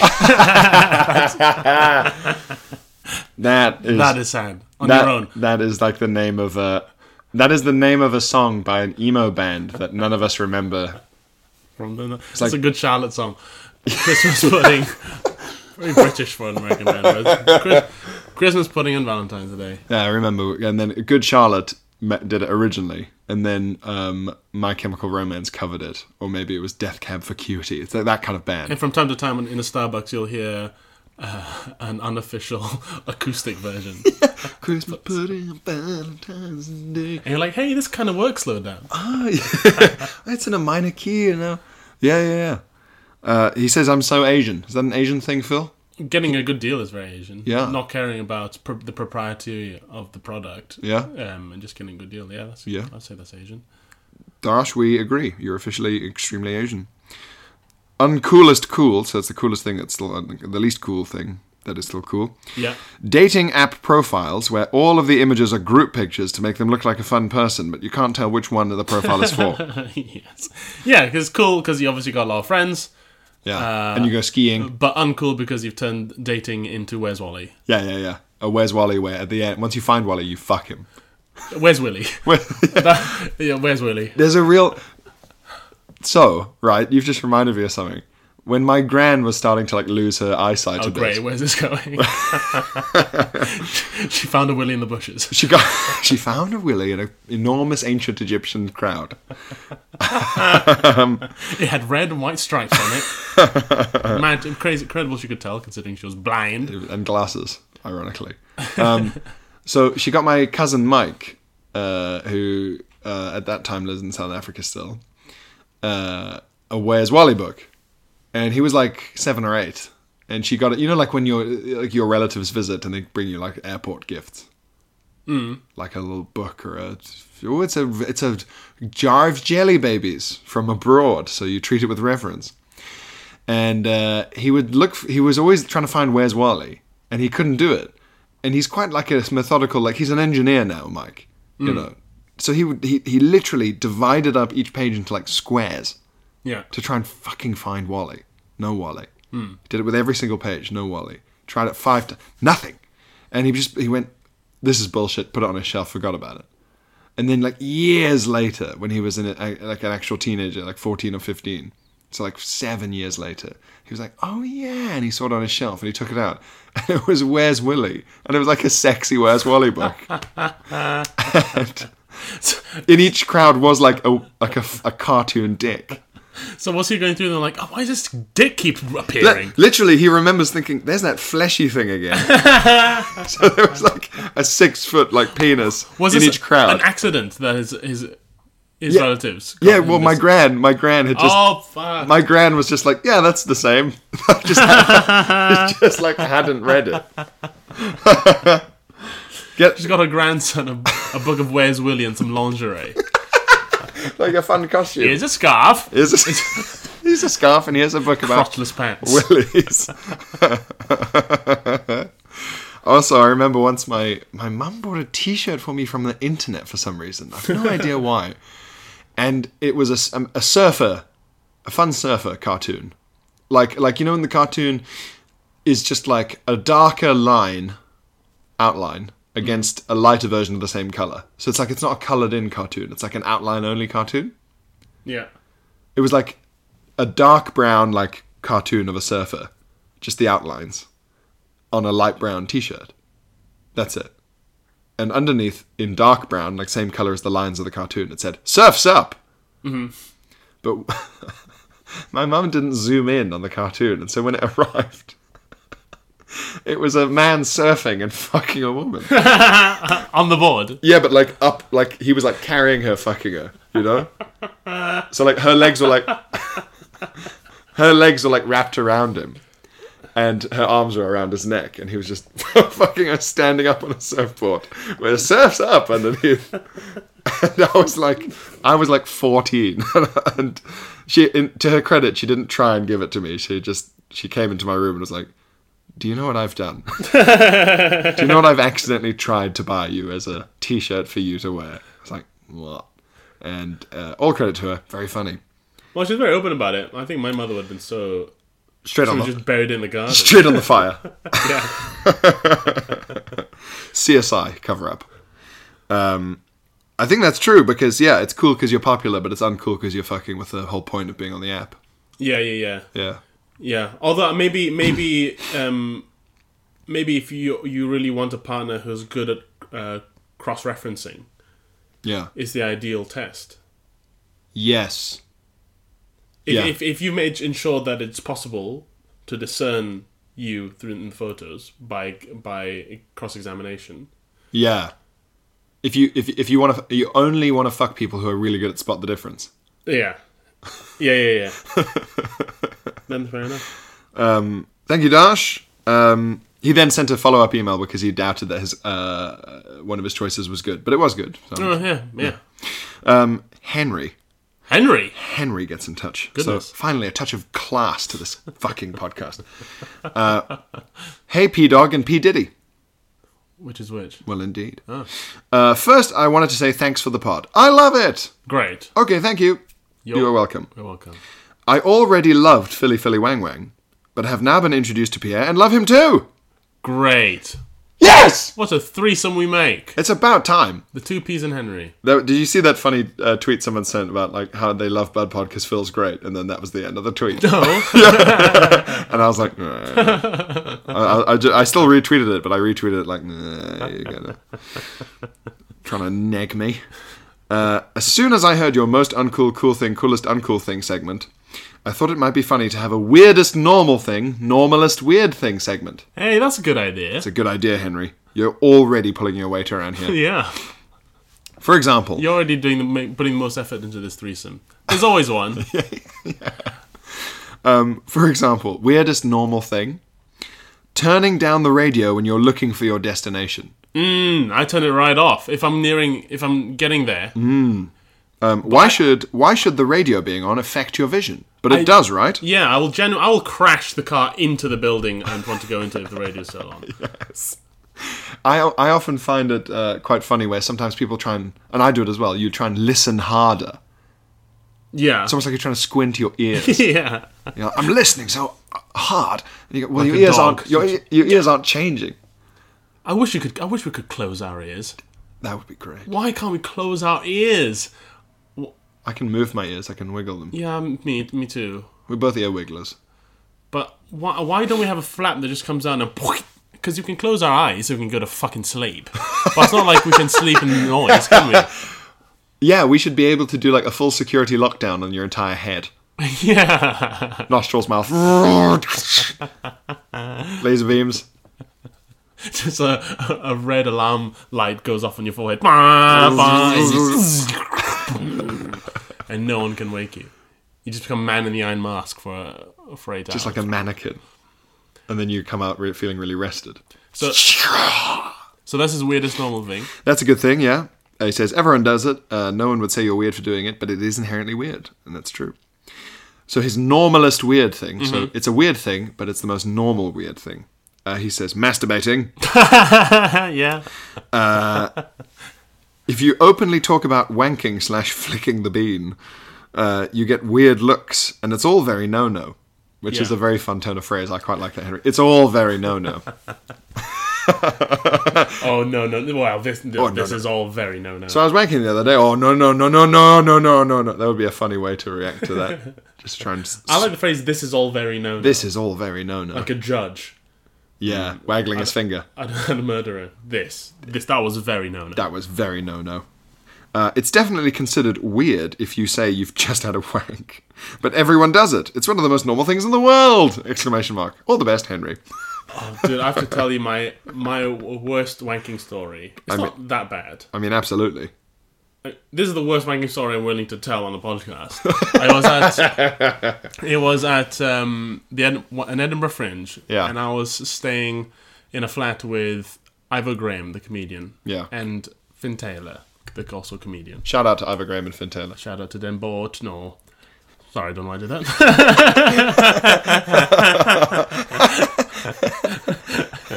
Speaker 1: That is
Speaker 2: that is sad. On
Speaker 1: that-
Speaker 2: your own.
Speaker 1: That is like the name of a that is the name of a song by an emo band that none of us remember.
Speaker 2: from the. It's,
Speaker 1: like-
Speaker 2: a good Charlotte song. Christmas pudding. Very British for an American man. but it's Chris- Christmas pudding and Valentine's Day.
Speaker 1: Yeah, I remember. And then Good Charlotte ma- did it originally, and then um, My Chemical Romance covered it, or maybe it was Death Cab for Cutie. It's like that kind of band.
Speaker 2: And from time to time in in a Starbucks, you'll hear uh, an unofficial acoustic version.
Speaker 1: Christmas pudding on Valentine's Day.
Speaker 2: And you're like, hey, this kind of works slow down.
Speaker 1: It's in a minor key, you know. Yeah, yeah, yeah. Uh, he says, "I'm so Asian." Is that an Asian thing, Phil?
Speaker 2: Getting a good deal is very Asian.
Speaker 1: Yeah.
Speaker 2: Not caring about pr- the propriety of the product.
Speaker 1: Yeah.
Speaker 2: Um, and just getting a good deal. Yeah, that's,
Speaker 1: Yeah.
Speaker 2: I'd say that's Asian.
Speaker 1: Dash, we agree. You're officially extremely Asian. Uncoolest cool, so it's the coolest thing that's still un- the least cool thing that is still cool.
Speaker 2: Yeah.
Speaker 1: Dating app profiles where all of the images are group pictures to make them look like a fun person, but you can't tell which one the profile is for.
Speaker 2: yes. Yeah, because cool because you obviously got a lot of friends,
Speaker 1: Yeah. and you go skiing.
Speaker 2: but uncool because you've turned dating into where's Wally?
Speaker 1: Yeah, yeah, yeah. Oh, where's Wally? Where at the end, once you find Wally, you fuck him.
Speaker 2: Where's Willy? That- yeah, where's Willy?
Speaker 1: There's a real. So right, you've just reminded me of something. When my gran was starting to like lose her eyesight
Speaker 2: Oh
Speaker 1: a bit,
Speaker 2: great, where's this going? she found a Willy in the bushes.
Speaker 1: she got she found a willy in an enormous ancient Egyptian crowd.
Speaker 2: It had red and white stripes on it. Mad, crazy, incredible she could tell considering she was blind.
Speaker 1: and glasses, ironically. Um, so she got my cousin Mike, uh, who uh, at that time lives in South Africa still, uh, a Where's Wally book, and he was like seven or eight, and she got it. You know, like when your like your relatives visit and they bring you like airport gifts, mm. like a little book or a. Oh, it's a it's a jar of jelly babies from abroad, so you treat it with reverence and uh, he would look. f he was always trying to find where's Wally, and he couldn't do it. And he's quite like a methodical. Like he's an engineer now, Mike. You know, so he would he he literally divided up each page into like squares
Speaker 2: Yeah.
Speaker 1: to try and fucking find Wally. No Wally. Did it with every single page. No Wally. Tried it five times. Nothing. And he just he went, this is bullshit. Put it on a shelf. Forgot about it. And then like years later, when he was in a, like an actual teenager, like fourteen or fifteen, so like seven years later, he was like, oh yeah, and he saw it on a shelf and he took it out, and it was Where's Willy, and it was like a sexy Where's Wally book. and in each crowd was like a like a, a cartoon dick.
Speaker 2: So what's he going through? And they're like, oh, why does this dick keep
Speaker 1: Li-
Speaker 2: appearing?
Speaker 1: literally, he remembers thinking, "There's that fleshy thing again." so there was like a six foot like penis
Speaker 2: was
Speaker 1: in
Speaker 2: this
Speaker 1: each crowd.
Speaker 2: an accident that his his, his relatives? got
Speaker 1: yeah,
Speaker 2: him
Speaker 1: well, my
Speaker 2: this-
Speaker 1: gran, my gran had just.
Speaker 2: oh fuck!
Speaker 1: My gran was just like, yeah, that's the same. I just, had- just like hadn't read it. Get
Speaker 2: She's got her grandson a, a book of Where's Willie and some lingerie.
Speaker 1: like a fun costume.
Speaker 2: Here's a scarf.
Speaker 1: Here's a, here's a scarf and here's a book about
Speaker 2: Crotchless pants.
Speaker 1: willies. also, I remember once my my mum bought a T-shirt for me from the internet for some reason. I have no idea why, and it was a s- um, a surfer, a fun surfer cartoon, like like you know in the cartoon is just like a darker line outline against a lighter version of the same color. So it's like it's not a colored in cartoon. It's like an outline only cartoon
Speaker 2: yeah.
Speaker 1: it was like a dark brown like cartoon of a surfer just the outlines on a light brown t-shirt that's it and underneath in dark brown like same color as the lines of the cartoon it said surfs up mm-hmm. but my mum didn't zoom in on the cartoon and so when it arrived it was a man surfing and fucking a woman
Speaker 2: On the board.
Speaker 1: yeah, but like up, like he was like carrying her, fucking her, you know. so like her legs were like, her legs were like wrapped around him, and her arms were around his neck, and he was just fucking her, standing up on a surfboard with surfs up underneath. And I was like, I was like fourteen, and she, in, to her credit, she didn't try and give it to me. She just she came into my room and was like. Do you know what I've done? Do you know what I've accidentally tried to buy you as a T-shirt for you to wear? I was like, what? And uh, all credit to her, very funny.
Speaker 2: Well, she's very open about it. I think my mother would have been so.
Speaker 1: Straight
Speaker 2: She
Speaker 1: on,
Speaker 2: was
Speaker 1: the,
Speaker 2: just buried in the garden.
Speaker 1: straight on the fire.
Speaker 2: Yeah.
Speaker 1: CSI cover up. Um, I think that's true because yeah, it's cool because you're popular, but it's uncool because you're fucking with the whole point of being on the app.
Speaker 2: Yeah, yeah, yeah.
Speaker 1: Yeah,
Speaker 2: Yeah. Although maybe maybe um maybe if you you really want a partner who's good at uh, cross referencing
Speaker 1: yeah,
Speaker 2: is the ideal test.
Speaker 1: yes,
Speaker 2: If,
Speaker 1: Yeah.
Speaker 2: if if you made ensure that it's possible to discern you through in the photos by by cross examination.
Speaker 1: yeah. If you if if you want to, you only want to fuck people who are really good at spot the difference.
Speaker 2: Yeah. Yeah, yeah, yeah. then fair enough.
Speaker 1: Thank you, Dash. Um, he then sent a follow up email because he doubted that his uh, one of his choices was good, but it was good. So.
Speaker 2: Oh yeah, yeah.
Speaker 1: Um, Henry
Speaker 2: Henry.
Speaker 1: Henry gets in touch.
Speaker 2: Goodness.
Speaker 1: So finally, a touch of class to this fucking podcast. Uh, hey, P Dog and P Diddy.
Speaker 2: Which is which?
Speaker 1: Well, indeed. Uh, first, I wanted to say thanks for the pod. I love it.
Speaker 2: Great.
Speaker 1: Okay, thank you. You are welcome.
Speaker 2: You're welcome.
Speaker 1: I already loved Philly Philly Wang Wang, but have now been introduced to Pierre and love him too.
Speaker 2: Great.
Speaker 1: Yes.
Speaker 2: What a threesome we make.
Speaker 1: It's about time.
Speaker 2: The two P's and Henry.
Speaker 1: Though, Did you see that funny uh, tweet someone sent about like how they love Bud Pod because Phil's great, and then that was the end of the tweet. and I was like, "Nah." I, I, I ju- I still retweeted it, but I retweeted it like, nah, you gotta trying to neg me. Uh, as soon as I heard your most uncool cool thing, coolest uncool thing segment, I thought it might be funny to have a weirdest normal thing, normalist weird thing segment.
Speaker 2: Hey, that's a good idea.
Speaker 1: It's a good idea, Henry. You're already pulling your weight around here.
Speaker 2: yeah.
Speaker 1: For example,
Speaker 2: You're already doing the, ma- putting the most effort into this threesome. There's always one.
Speaker 1: For example, weirdest normal thing. Turning down the radio when you're looking for your destination.
Speaker 2: Hmm, I turn it right off if I'm nearing, if I'm getting there.
Speaker 1: Um, why should why should the radio being on affect your vision? But it does, right?
Speaker 2: Yeah, I will. Genu- I will crash the car into the building and want to go into it if the radio's still on.
Speaker 1: I I often find it uh, quite funny where sometimes people try and and I do it as well. You try and listen harder.
Speaker 2: Yeah.
Speaker 1: It's almost like you're trying to squint your ears.
Speaker 2: yeah.
Speaker 1: You know, I'm listening so hard. And you go, well,
Speaker 2: Like
Speaker 1: your
Speaker 2: a
Speaker 1: ears
Speaker 2: dog.
Speaker 1: aren't your, e- your ears aren't changing.
Speaker 2: I wish you could. I wish we could close our ears.
Speaker 1: That would be great.
Speaker 2: Why can't we close our ears?
Speaker 1: I can move my ears. I can wiggle them.
Speaker 2: Yeah, me, me too.
Speaker 1: We're both ear wigglers.
Speaker 2: But why, why don't we have a flap that just comes down and because you can close our eyes so we can go to fucking sleep. But it's not like we can sleep in noise, can we?
Speaker 1: Yeah, we should be able to do like a full security lockdown on your entire head.
Speaker 2: Yeah.
Speaker 1: nostrils, mouth, laser beams.
Speaker 2: Just a, a red alarm light goes off on your forehead. and no one can wake you. You just become man in the iron mask for, uh, for eight
Speaker 1: Just
Speaker 2: hours.
Speaker 1: like a mannequin. And then you come out re- feeling really rested.
Speaker 2: so that's his weirdest normal thing.
Speaker 1: That's a good thing, yeah. Uh, He says, everyone does it. Uh, no one would say you're weird for doing it, but it is inherently weird. And that's true. So his normalist weird thing. So it's a weird thing, but it's the most normal weird thing. Uh, he says, masturbating.
Speaker 2: yeah.
Speaker 1: if you openly talk about wanking slash flicking the bean, uh, you get weird looks, and it's all very no no, which is
Speaker 2: Yeah.
Speaker 1: a very fun turn of phrase. I quite like that, Henry. It's all very no no.
Speaker 2: Oh, no, no. Wow, this, this,
Speaker 1: Oh, no,
Speaker 2: this
Speaker 1: no.
Speaker 2: is all very no, no.
Speaker 1: so I was wanking the other day. Oh no no no no no no no no no. That would be a funny way to react to that. Just try and. s-
Speaker 2: I like the phrase, this is all very no, no.
Speaker 1: this is all very no no.
Speaker 2: Like a judge.
Speaker 1: yeah, waggling his finger.
Speaker 2: and a murderer. This, this, that was very no no.
Speaker 1: That was very no no. Uh, it's definitely considered weird if you say you've just had a wank, but everyone does it. It's one of the most normal things in the world! Exclamation mark. All the best, Henry.
Speaker 2: Dude, I have to tell you my my worst wanking story. It's not that bad. Uh,
Speaker 1: I mean, absolutely.
Speaker 2: This is the worst wanking story I'm willing to tell on a podcast. I was at it was at um, the Ed, an Edinburgh Fringe,
Speaker 1: Yeah.
Speaker 2: and I was staying in a flat with Ivor Graham, the comedian,
Speaker 1: Yeah.
Speaker 2: and Finn Taylor, the also comedian.
Speaker 1: Shout out to Ivor Graham and Finn Taylor.
Speaker 2: Shout out to them both. No, sorry, I don't know why I did that.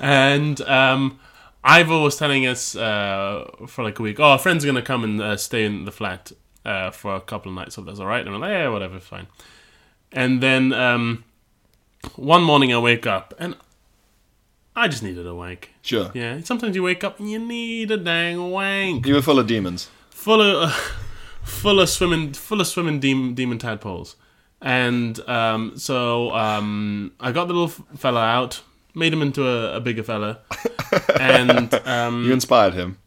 Speaker 2: and um, Ivor was telling us uh, for like a week, oh, a friend's going to come and uh, stay in the flat uh, for a couple of nights, if that's all right. And I'm like, yeah, whatever, fine. And then um, one morning I wake up and I just needed a wank.
Speaker 1: Sure.
Speaker 2: Yeah, sometimes you wake up and you need a dang wank
Speaker 1: You were full of demons.
Speaker 2: full of uh, full of swimming full of swimming demon, demon tadpoles and um, so um, i got the little f- fella out made him into a, a bigger fella and um,
Speaker 1: You inspired him.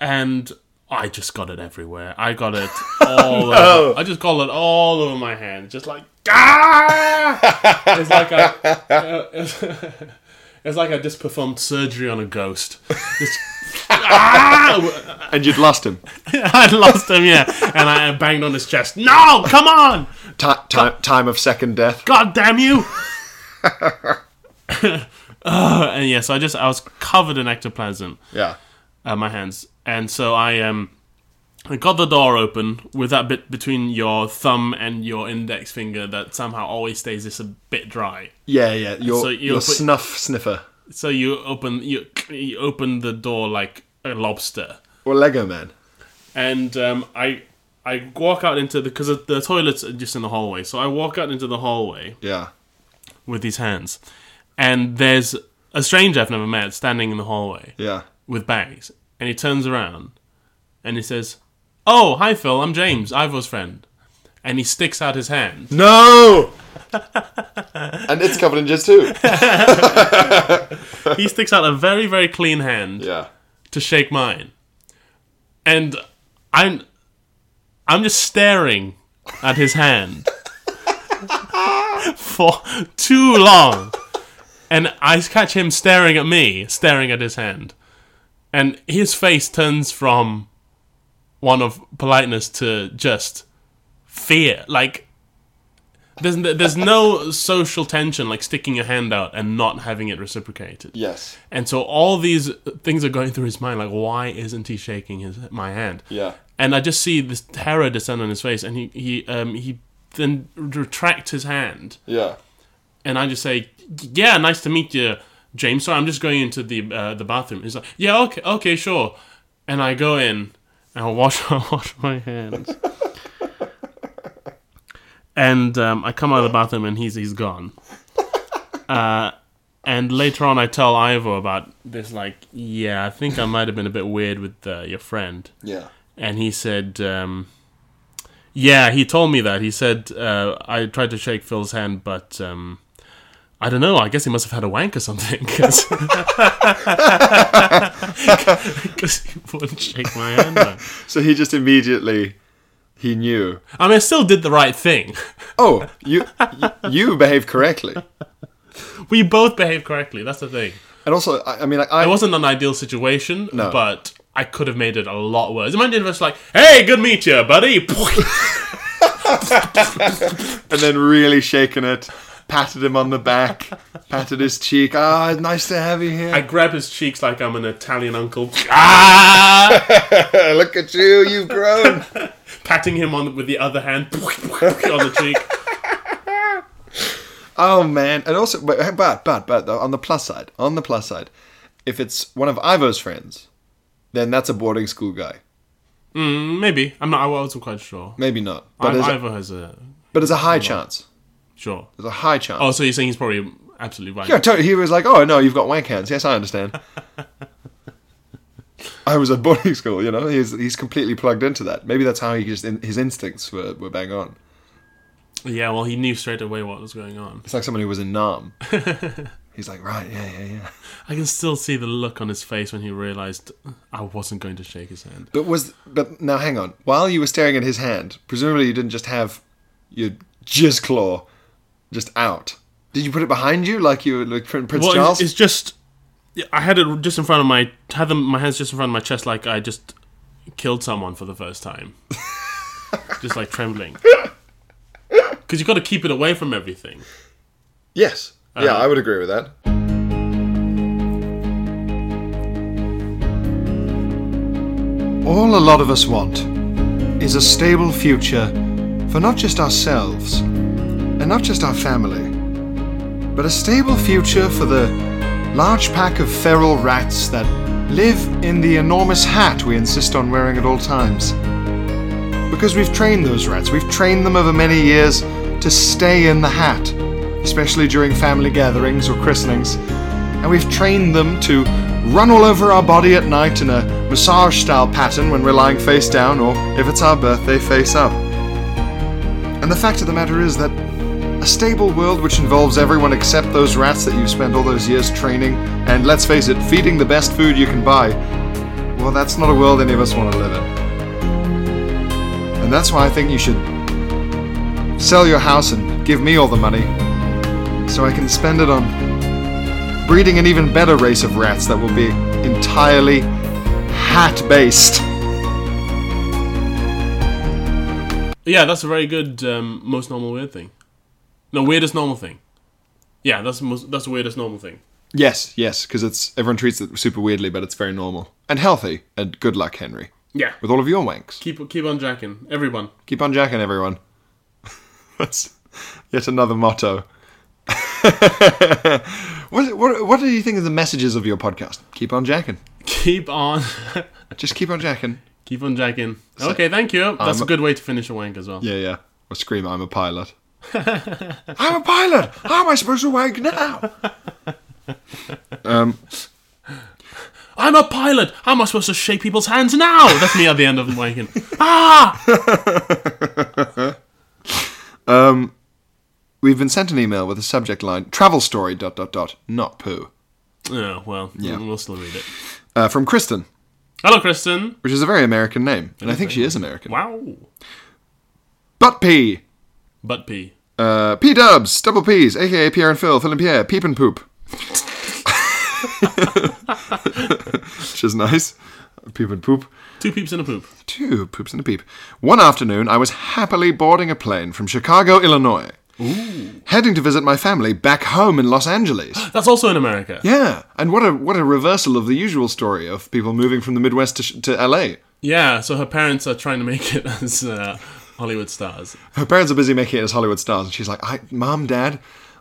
Speaker 2: and i just got it everywhere i got it all over i just got it all over my hand just like ah! it's like I, uh, it's, it's like i just performed surgery on a ghost just, ah!
Speaker 1: And you'd lost him.
Speaker 2: I'd lost him, yeah. And I banged on his chest. No, come on!
Speaker 1: Ti- ti- time of second death.
Speaker 2: God damn you! Ugh, Uh, and yeah, so I just I was covered in ectoplasm,
Speaker 1: Yeah.
Speaker 2: uh, my hands, and so I um I got the door open with that bit between your thumb and your index finger that somehow always stays just a bit dry.
Speaker 1: Yeah, yeah. Your,
Speaker 2: So you'll
Speaker 1: your
Speaker 2: put-
Speaker 1: snuff sniffer.
Speaker 2: So you open you, you open the door like a lobster.
Speaker 1: Or Lego Man.
Speaker 2: and um, I I walk out into the because the toilets are just in the hallway. So I walk out into the hallway
Speaker 1: Yeah.
Speaker 2: with these hands, and there's a stranger I've never met standing in the hallway
Speaker 1: Yeah.
Speaker 2: with bags, and he turns around, and he says, "Oh, hi Phil, I'm James, Ivor's friend," and he sticks out his hand.
Speaker 1: No! and it's covered in jizz too.
Speaker 2: he sticks out a very very clean hand
Speaker 1: Yeah.
Speaker 2: to shake mine, and I'm I'm just staring at his hand for too long, and I catch him staring at me, staring at his hand, and his face turns from one of politeness to just fear, like. There's, there's no social tension like sticking your hand out and not having it reciprocated.
Speaker 1: Yes.
Speaker 2: And so all these things are going through his mind, like why isn't he shaking his my hand?
Speaker 1: Yeah.
Speaker 2: And I just see this terror descend on his face, and he he um he then retracts his hand,
Speaker 1: Yeah.
Speaker 2: and I just say, yeah, nice to meet you, James. Sorry, I'm just going into the uh, the bathroom. He's like, yeah, okay, okay, sure. And I go in and I wash I wash my hands, and um, I come out of the bathroom, and he's he's gone. Uh, And later on, I tell Ivor about this, like, yeah, I think I might have been a bit weird with uh, your friend.
Speaker 1: Yeah.
Speaker 2: And he said, um, yeah, he told me that. He said, uh, I tried to shake Phil's hand, but um, I don't know. I guess he must have had a wank or something. Because he wouldn't shake my hand. back.
Speaker 1: So he just immediately he knew.
Speaker 2: I mean, I still did the right thing.
Speaker 1: Oh, you you, you behave correctly.
Speaker 2: We both behaved correctly. That's the thing.
Speaker 1: And also, I, I mean, like, I
Speaker 2: It wasn't an ideal situation,
Speaker 1: No.
Speaker 2: but I could have made it a lot worse. Imagine if it's like, "Hey, good meet you, buddy,"
Speaker 1: and then really shaken it, patted him on the back, patted his cheek. Ah, it's nice to have you
Speaker 2: I
Speaker 1: here.
Speaker 2: grab his cheeks like I'm an Italian uncle, ah!
Speaker 1: Look at you, you've grown.
Speaker 2: patting him on with the other hand on the cheek.
Speaker 1: Oh man! And also, but but but but on the plus side, on the plus side, if it's one of Ivo's friends, then that's a boarding school guy.
Speaker 2: Hmm, Maybe I'm not. I wasn't quite sure.
Speaker 1: Maybe not, but
Speaker 2: But
Speaker 1: there's,
Speaker 2: Ivor has a
Speaker 1: but there's a high chance.
Speaker 2: sure.
Speaker 1: There's a high chance.
Speaker 2: Oh, so you're saying he's probably absolutely right.
Speaker 1: Yeah, totally. He was like, "Oh no, you've got wank hands." Yes, I understand. I was at boarding school, you know. He's he's completely plugged into that. Maybe that's how he just in, his instincts were, were bang on.
Speaker 2: Yeah, well, he knew straight away what was going on.
Speaker 1: It's like someone who was in Nam. he's like, right, yeah, yeah, yeah.
Speaker 2: I can still see the look on his face when he realized I wasn't going to shake his hand.
Speaker 1: But was but now hang on. While you were staring at his hand, presumably you didn't just have your jizz claw just out. Did you put it behind you like you were like Prin- Prince
Speaker 2: Well,
Speaker 1: Charles?
Speaker 2: it's, it's just yeah, I had it just in front of my had them, my hands just in front of my chest, like I just killed someone for the first time, just like trembling. Because you got to keep it away from everything.
Speaker 1: yes. yeah, I would agree with that.
Speaker 3: All a lot of us want is a stable future for not just ourselves and not just our family, but a stable future for the large pack of feral rats that live in the enormous hat we insist on wearing at all times. Because we've trained those rats, we've trained them over many years to stay in the hat, especially during family gatherings or christenings and we've trained them to run all over our body at night in a massage style pattern when we're lying face down, or if it's our birthday, face up. And the fact of the matter is that a stable world which involves everyone except those rats that you've spent all those years training and, let's face it, feeding the best food you can buy, well, that's not a world any of us want to live in. And that's why I think you should sell your house and give me all the money so I can spend it on breeding an even better race of rats that will be entirely hat based.
Speaker 2: Yeah, that's a very good um, most normal weird thing. No, weirdest normal thing. Yeah, that's the most, that's the weirdest normal thing.
Speaker 1: Yes, yes, because it's everyone treats it super weirdly, but it's very normal and healthy. And good luck, Henry.
Speaker 2: Yeah.
Speaker 1: with all of your wanks.
Speaker 2: Keep keep on jacking, everyone.
Speaker 1: Keep on jacking, everyone. That's yet another motto. what, what, what do you think of the messages of your podcast? Keep on jacking.
Speaker 2: Keep on,
Speaker 1: Just keep on jacking.
Speaker 2: keep on jacking. Okay, thank you. That's a good way to finish a wank as well.
Speaker 1: Yeah, yeah. Or scream, I'm a pilot. I'm a pilot! How am I supposed to wank now?
Speaker 2: I'm a pilot. How am I supposed to shake people's hands now? That's me at the end of the wanking.
Speaker 1: We've been sent an email with a subject line travel story dot dot dot, not poo.
Speaker 2: Oh well, we'll still read it.
Speaker 1: Uh, from Kristen,
Speaker 2: Hello, Kristen.
Speaker 1: which is a very American name. And I think she is American.
Speaker 2: Wow.
Speaker 1: Butt pee!
Speaker 2: Butt pee.
Speaker 1: Uh, P Dubs, Double P's, aka Pierre and Phil, Phil and Pierre, Peep and Poop. Which is nice. Peep and Poop.
Speaker 2: Two peeps in a poop.
Speaker 1: Two poops and a peep. One afternoon, I was happily boarding a plane from Chicago, Illinois, heading to visit my family back home in Los Angeles.
Speaker 2: That's also in America.
Speaker 1: yeah, and what a what a reversal of the usual story of people moving from the Midwest to, sh- to LA.
Speaker 2: Yeah, so her parents are trying to make it as uh, Hollywood stars.
Speaker 1: Her parents are busy making it as Hollywood stars, and she's like, I, "Mom, Dad,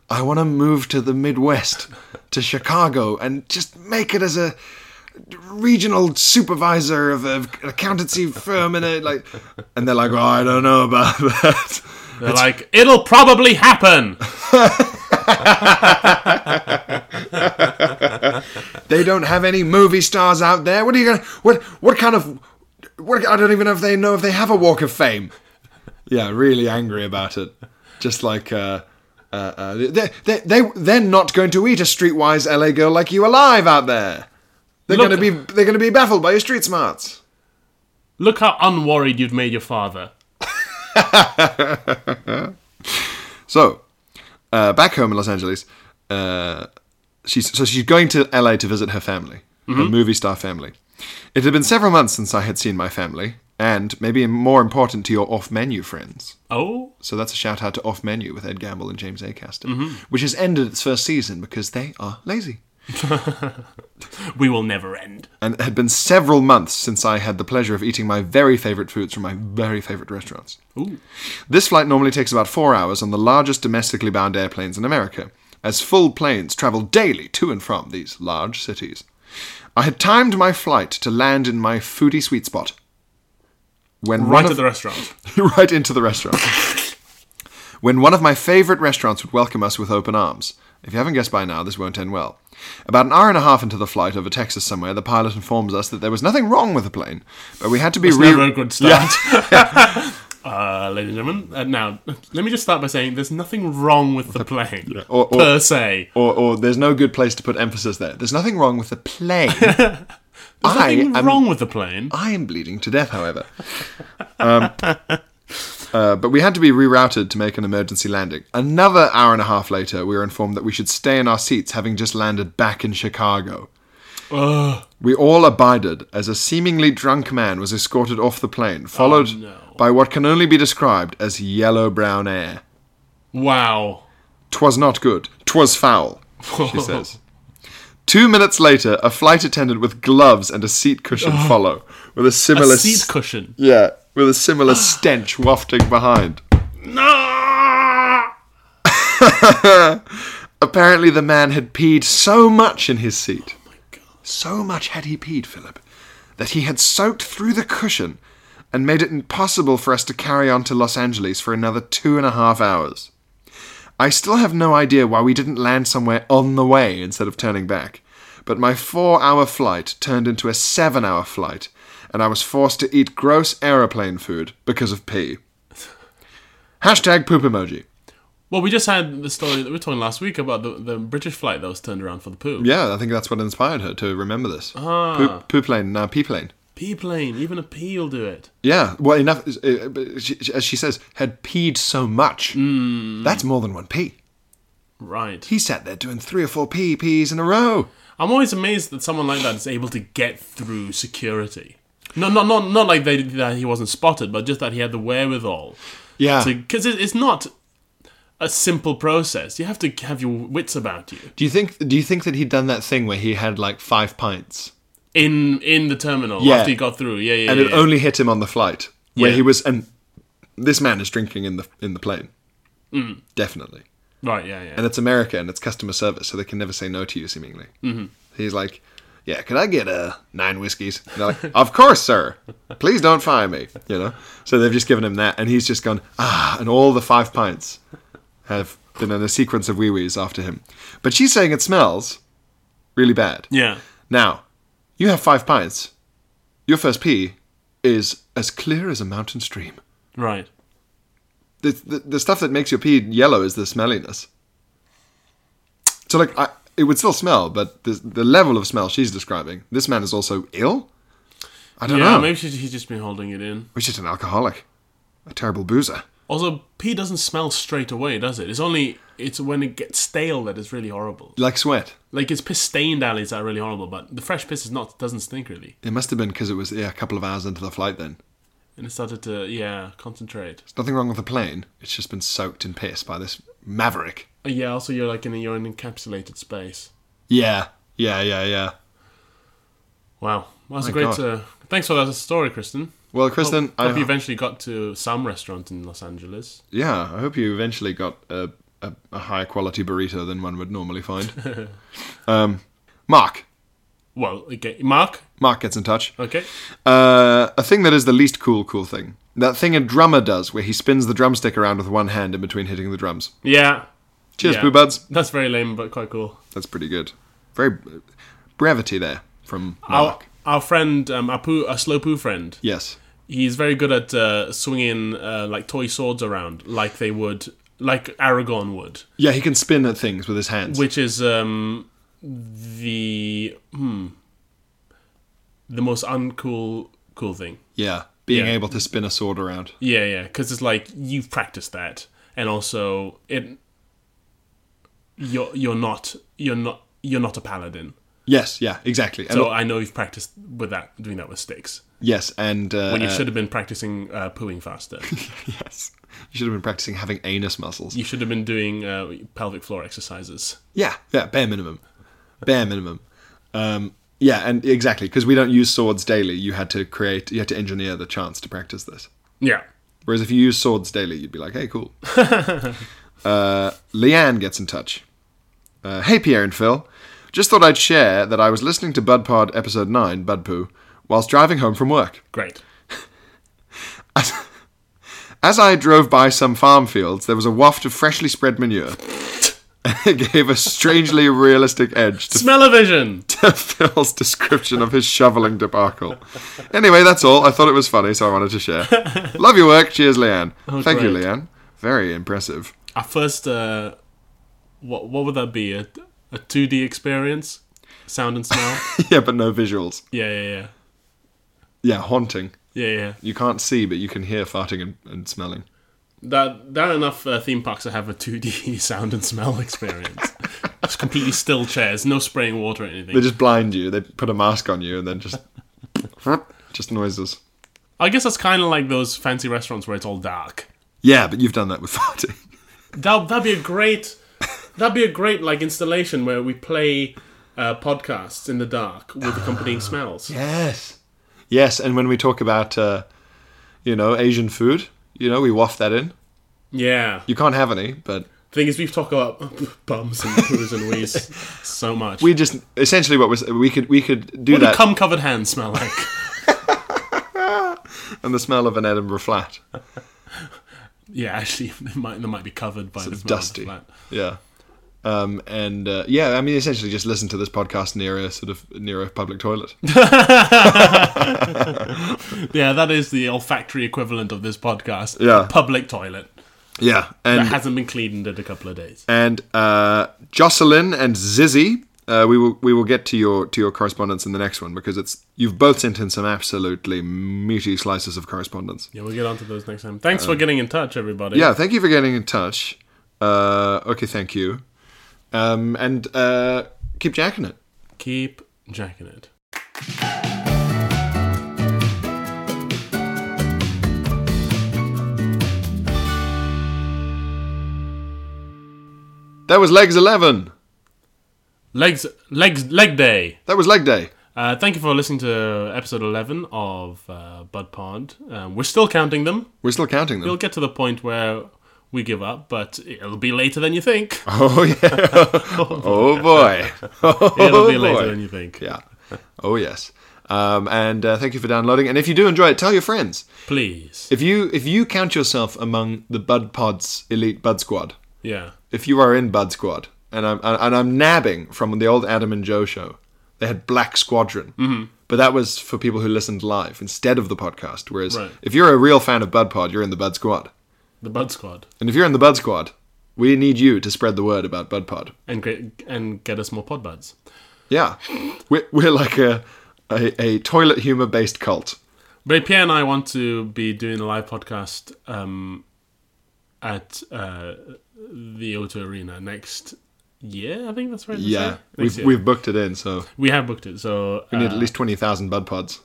Speaker 1: I want to move to the Midwest, to Chicago, and just make it as a regional supervisor of a, an accountancy firm." And a, like, and they're like, "Well, I don't know about that."
Speaker 2: They're like, it'll probably happen.
Speaker 1: They don't have any movie stars out there. What are you gonna? What? What kind of? What? I don't even know if they know if they have a Walk of Fame. Yeah, really angry about it. Just like uh, uh, uh, they they they they're not going to eat a streetwise LA girl like you alive out there. They're
Speaker 2: Look-
Speaker 1: gonna be they're gonna be baffled by your street smarts.
Speaker 2: Look how unworried you've made your father.
Speaker 1: So, uh, back home in Los Angeles, uh, she's so she's going to LA to visit her family, her movie star family. It had been several months since I had seen my family, and maybe more important to your off-menu friends.
Speaker 2: Oh,
Speaker 1: So that's a shout out to Off Menu with Ed Gamble and James A. Castor, which has ended its first season because they are lazy.
Speaker 2: we will never end.
Speaker 1: And it had been several months since I had the pleasure of eating my very favorite foods from my very favorite restaurants.
Speaker 2: Ooh.
Speaker 1: This flight normally takes about four hours on the largest domestically bound airplanes in America, as full planes travel daily to and from these large cities. I had timed my flight to land in my foodie sweet spot. When one
Speaker 2: Right
Speaker 1: of-
Speaker 2: at the restaurant.
Speaker 1: right into the restaurant. when one of my favorite restaurants would welcome us with open arms. If you haven't guessed by now, this won't end well. About an hour and a half into the flight over Texas somewhere, the pilot informs us that there was nothing wrong with the plane, but we had to be
Speaker 2: It's
Speaker 1: re-
Speaker 2: never a good start. uh, ladies and gentlemen, uh, now, let me just start by saying there's nothing wrong with the plane,
Speaker 1: Or- or-
Speaker 2: per se.
Speaker 1: or, or there's no good place to put emphasis there. There's nothing wrong with the plane.
Speaker 2: There's
Speaker 1: I
Speaker 2: nothing
Speaker 1: am-
Speaker 2: wrong with the plane.
Speaker 1: I am bleeding to death, however. Um, uh, but we had to be rerouted to make an emergency landing. Another hour and a half later, we were informed that we should stay in our seats, having just landed back in Chicago. We all abided as a seemingly drunk man was escorted off the
Speaker 2: Oh,
Speaker 1: plane, followed by what can only be described as yellow brown air.
Speaker 2: Wow.
Speaker 1: Twas not good. Twas foul, she says. Two minutes later, a flight attendant with gloves and a seat cushion follow, with a
Speaker 2: A
Speaker 1: similar
Speaker 2: seat cushion.
Speaker 1: yeah, with a similar stench wafting behind.
Speaker 2: No!
Speaker 1: Apparently, the man had peed so much in his seat. So much had he peed, Philip, that he had soaked through the cushion and made it impossible for us to carry on to Los Angeles for another two and a half hours. I still have no idea why we didn't land somewhere on the way instead of turning back, but my four hour flight turned into a seven hour flight, and I was forced to eat gross aeroplane food because of pee. Hashtag poop emoji.
Speaker 2: Well, we just had the story that we were talking last week about the, the British flight that was turned around for the poo.
Speaker 1: Yeah, I think that's what inspired her to remember this.
Speaker 2: Ah.
Speaker 1: Poop, poop lane, now pee plane.
Speaker 2: Pea plane, even a pea will do it.
Speaker 1: Yeah, well, enough. uh, but she- she- As she says, had peed so much.
Speaker 2: Hmm.
Speaker 1: That's more than one pee.
Speaker 2: Right.
Speaker 1: He sat there doing three or four pee pees in a row.
Speaker 2: I'm always amazed that someone like that is able to get through security. No, not not not like they, that he wasn't spotted, but just that he had the wherewithal.
Speaker 1: Yeah.
Speaker 2: Because it, it's not a simple process. You have to have your wits about you.
Speaker 1: do you think? Do you think that he'd done that thing where he had like five pints
Speaker 2: in in the terminal
Speaker 1: Yeah.
Speaker 2: after he got through. Yeah, yeah.
Speaker 1: and
Speaker 2: yeah,
Speaker 1: it
Speaker 2: yeah.
Speaker 1: only hit him on the flight where
Speaker 2: Yeah.
Speaker 1: he was. And this man is drinking in the in the plane,
Speaker 2: Hmm.
Speaker 1: definitely.
Speaker 2: right, yeah, yeah.
Speaker 1: And it's America, and it's customer service, so they can never say no to you. Seemingly, mm-hmm. he's like, "Yeah, can I get uh, nine whiskeys?" And they're like, "Of course, sir. Please don't fire me." You know. So they've just given him that, and he's just gone ah, and all the five pints have been in a sequence of wee wees after him. But she's saying it smells really bad.
Speaker 2: yeah.
Speaker 1: Now, you have five pints. Your first pee is as clear as a mountain stream.
Speaker 2: Right.
Speaker 1: The, the, the stuff that makes your pee yellow is the smelliness. So, like, I, it would still smell, but the, the level of smell she's describing, this man is also ill? I don't
Speaker 2: yeah,
Speaker 1: know.
Speaker 2: maybe she's, he's just been holding it in.
Speaker 1: Which is an alcoholic, a terrible boozer.
Speaker 2: Also, pee doesn't smell straight away, does it? It's only it's when it gets stale that it's really horrible.
Speaker 1: Like sweat.
Speaker 2: Like it's piss stained alleys that are really horrible, but the fresh piss is not doesn't stink really.
Speaker 1: It must have been because it was yeah, a couple of hours into the flight then.
Speaker 2: And it started to yeah concentrate.
Speaker 1: There's nothing wrong with the plane. It's just been soaked in piss by this maverick.
Speaker 2: Uh, Yeah. Also, you're like in a, you're in an encapsulated space.
Speaker 1: Yeah, yeah, yeah, yeah.
Speaker 2: Wow. Well, that's
Speaker 1: My
Speaker 2: a great.
Speaker 1: God.
Speaker 2: Uh, thanks for that story, Kristen.
Speaker 1: Well, Kristen,
Speaker 2: hope,
Speaker 1: I
Speaker 2: hope you eventually got to some restaurant in Los Angeles.
Speaker 1: Yeah, I hope you eventually got a, a, a higher quality burrito than one would normally find. um, Mark.
Speaker 2: Well, okay, Mark.
Speaker 1: Mark gets in touch.
Speaker 2: Okay.
Speaker 1: Uh, a thing that is the least cool, cool thing. That thing a drummer does where he spins the drumstick around with one hand in between hitting the drums.
Speaker 2: Yeah.
Speaker 1: Cheers,
Speaker 2: Yeah.
Speaker 1: Boo Buds.
Speaker 2: That's very lame, but quite cool.
Speaker 1: That's pretty good. Very uh, brevity there from
Speaker 2: Our,
Speaker 1: Mark.
Speaker 2: our friend, um, our, poo, our slow poo friend,
Speaker 1: Yes.
Speaker 2: he's very good at uh, swinging uh, like toy swords around, like they would, like Aragorn would,
Speaker 1: Yeah, he can spin at things with his hands.
Speaker 2: which is um, the hmm, the most uncool cool thing.
Speaker 1: yeah, being
Speaker 2: Yeah.
Speaker 1: able to spin a sword around.
Speaker 2: Yeah, yeah, because it's like you've practiced that, and also it you're you're not you're not you're not a paladin,
Speaker 1: Yes, yeah, exactly. And,
Speaker 2: so I know you've practiced with that doing that with sticks
Speaker 1: yes, and uh,
Speaker 2: when you should have been practicing uh, pooing faster.
Speaker 1: yes, you should have been practicing having anus muscles.
Speaker 2: you should have been doing uh, pelvic floor exercises.
Speaker 1: Yeah, yeah, bare minimum, bare minimum. Um, yeah, and exactly because we don't use swords daily. You had to create, you had to engineer the chance to practice this.
Speaker 2: Yeah.
Speaker 1: Whereas if you use swords daily, you'd be like, hey, cool. uh, Leanne gets in touch. Uh, hey, Pierre and Phil. Just thought I'd share that I was listening to Bud Pod episode nine, Bud Poo, whilst driving home from work.
Speaker 2: Great.
Speaker 1: As I drove by some farm fields, there was a waft of freshly spread manure. it gave a strangely realistic edge to
Speaker 2: Smell-o-vision!
Speaker 1: Phil's description of his shoveling debacle. Anyway, that's all. I thought it was funny, so I wanted to share. Love your work. Cheers, Leanne. Thank you,
Speaker 2: great.
Speaker 1: Leanne. Very impressive.
Speaker 2: Our first, uh, what, what would that be? A, a 2D experience? Sound and smell?
Speaker 1: yeah, but no visuals.
Speaker 2: yeah, yeah, yeah.
Speaker 1: Yeah, haunting.
Speaker 2: Yeah, yeah.
Speaker 1: You can't see, but you can hear farting and, and smelling.
Speaker 2: That, there are enough uh, theme parks that have a 2D sound and smell experience. just completely still chairs, no spraying water or anything.
Speaker 1: They just blind you. They put a mask on you and then just. just noises.
Speaker 2: I guess that's kind of like those fancy restaurants where it's all dark.
Speaker 1: Yeah, but you've done that with farting.
Speaker 2: That that'd be a great that'd be a great like installation where we play uh, podcasts in the dark with
Speaker 1: Ah.
Speaker 2: accompanying smells.
Speaker 1: Yes. Yes, and when we talk about, uh, you know, Asian food, you know, we waft that in.
Speaker 2: Yeah.
Speaker 1: You can't have any, but
Speaker 2: Thing is, we've talked about bums and poos and wees so much.
Speaker 1: we just essentially what was we could we could do
Speaker 2: what do
Speaker 1: that
Speaker 2: cum covered hands smell like?
Speaker 1: and the smell of an Edinburgh flat.
Speaker 2: yeah, actually, they might they might be covered by the
Speaker 1: It's
Speaker 2: smell of the
Speaker 1: dusty.
Speaker 2: flat.
Speaker 1: Yeah. Um, and uh, yeah, I mean, essentially, just listen to this podcast near a sort of near a public toilet.
Speaker 2: Yeah, that is the olfactory equivalent of this podcast.
Speaker 1: Yeah.
Speaker 2: public toilet
Speaker 1: yeah,
Speaker 2: that
Speaker 1: and
Speaker 2: hasn't been cleaned in a couple of days.
Speaker 1: and uh, Jocelyn and Zizzy, uh, we will we will get to your to your correspondence in the next one because it's you've both sent in some absolutely meaty slices of correspondence.
Speaker 2: Yeah, we'll get onto those next time. Thanks for getting in touch, everybody.
Speaker 1: Uh, Yeah, thank you for getting in touch. Uh, okay, thank you, um, and uh, keep jacking it.
Speaker 2: keep jacking it.
Speaker 1: That was legs eleven.
Speaker 2: Legs, legs, leg day.
Speaker 1: That was leg day.
Speaker 2: Uh, thank you for listening to episode 11 of uh, Bud Pod. Um, we're still counting them.
Speaker 1: We're still counting them.
Speaker 2: We'll get to the point where we give up, but it'll be later than you think.
Speaker 1: Oh yeah. oh boy.
Speaker 2: it'll be
Speaker 1: Oh,
Speaker 2: later
Speaker 1: boy.
Speaker 2: than you think.
Speaker 1: Yeah. Oh yes. Um, and uh, thank you for downloading. And if you do enjoy it, tell your friends.
Speaker 2: Please.
Speaker 1: If you if you count yourself among the Bud Pod's elite Bud Squad,
Speaker 2: Yeah.
Speaker 1: if you are in Bud Squad, and I'm and I'm nabbing from the old Adam and Joe show, they had Black Squadron, mm-hmm. but that was for people who listened live instead of the podcast. Whereas
Speaker 2: Right.
Speaker 1: if you're a real fan of Bud Pod, you're in the Bud Squad,
Speaker 2: The Bud Squad.
Speaker 1: and if you're in the Bud Squad, we need you to spread the word about Bud Pod.
Speaker 2: And get, and get us more pod buds.
Speaker 1: Yeah, we're, we're like a a, a toilet humor based cult.
Speaker 2: But Pierre and I want to be doing a live podcast um, at uh, the Auto Arena next year. I think that's right. to say?
Speaker 1: Yeah,
Speaker 2: Next
Speaker 1: we've
Speaker 2: year.
Speaker 1: we've booked it in, so
Speaker 2: we have booked it. So
Speaker 1: we need
Speaker 2: uh,
Speaker 1: at least twenty thousand Bud Pods.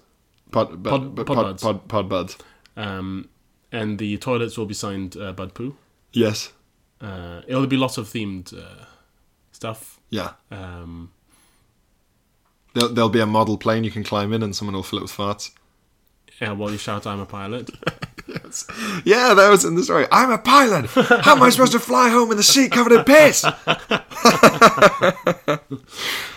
Speaker 1: Pod, bud,
Speaker 2: Pod-
Speaker 1: bud-
Speaker 2: pod
Speaker 1: pod-
Speaker 2: buds.
Speaker 1: pod- pod buds.
Speaker 2: um, and the toilets will be signed uh, Bud Poo.
Speaker 1: Yes.
Speaker 2: Uh, it'll be lots of themed uh, stuff.
Speaker 1: Yeah.
Speaker 2: Um,
Speaker 1: There'll, there'll be a model plane you can climb in, and someone will fill it with farts.
Speaker 2: yeah, while you shout, "I'm a pilot."
Speaker 1: Yeah, that was in the story. I'm a pilot. How am I supposed to fly home in the seat covered in piss?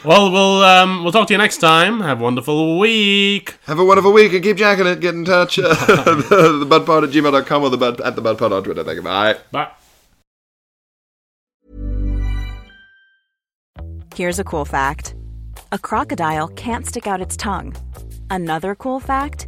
Speaker 2: well, we'll um, we'll talk to you next time. Have a wonderful week.
Speaker 1: Have a wonderful week and keep jacking it. Get in touch. Uh, the budpod at gmail.com or the bud, at the budpod on Twitter. Thank you. Bye.
Speaker 2: Bye.
Speaker 5: Here's a cool fact a crocodile can't stick out its tongue. Another cool fact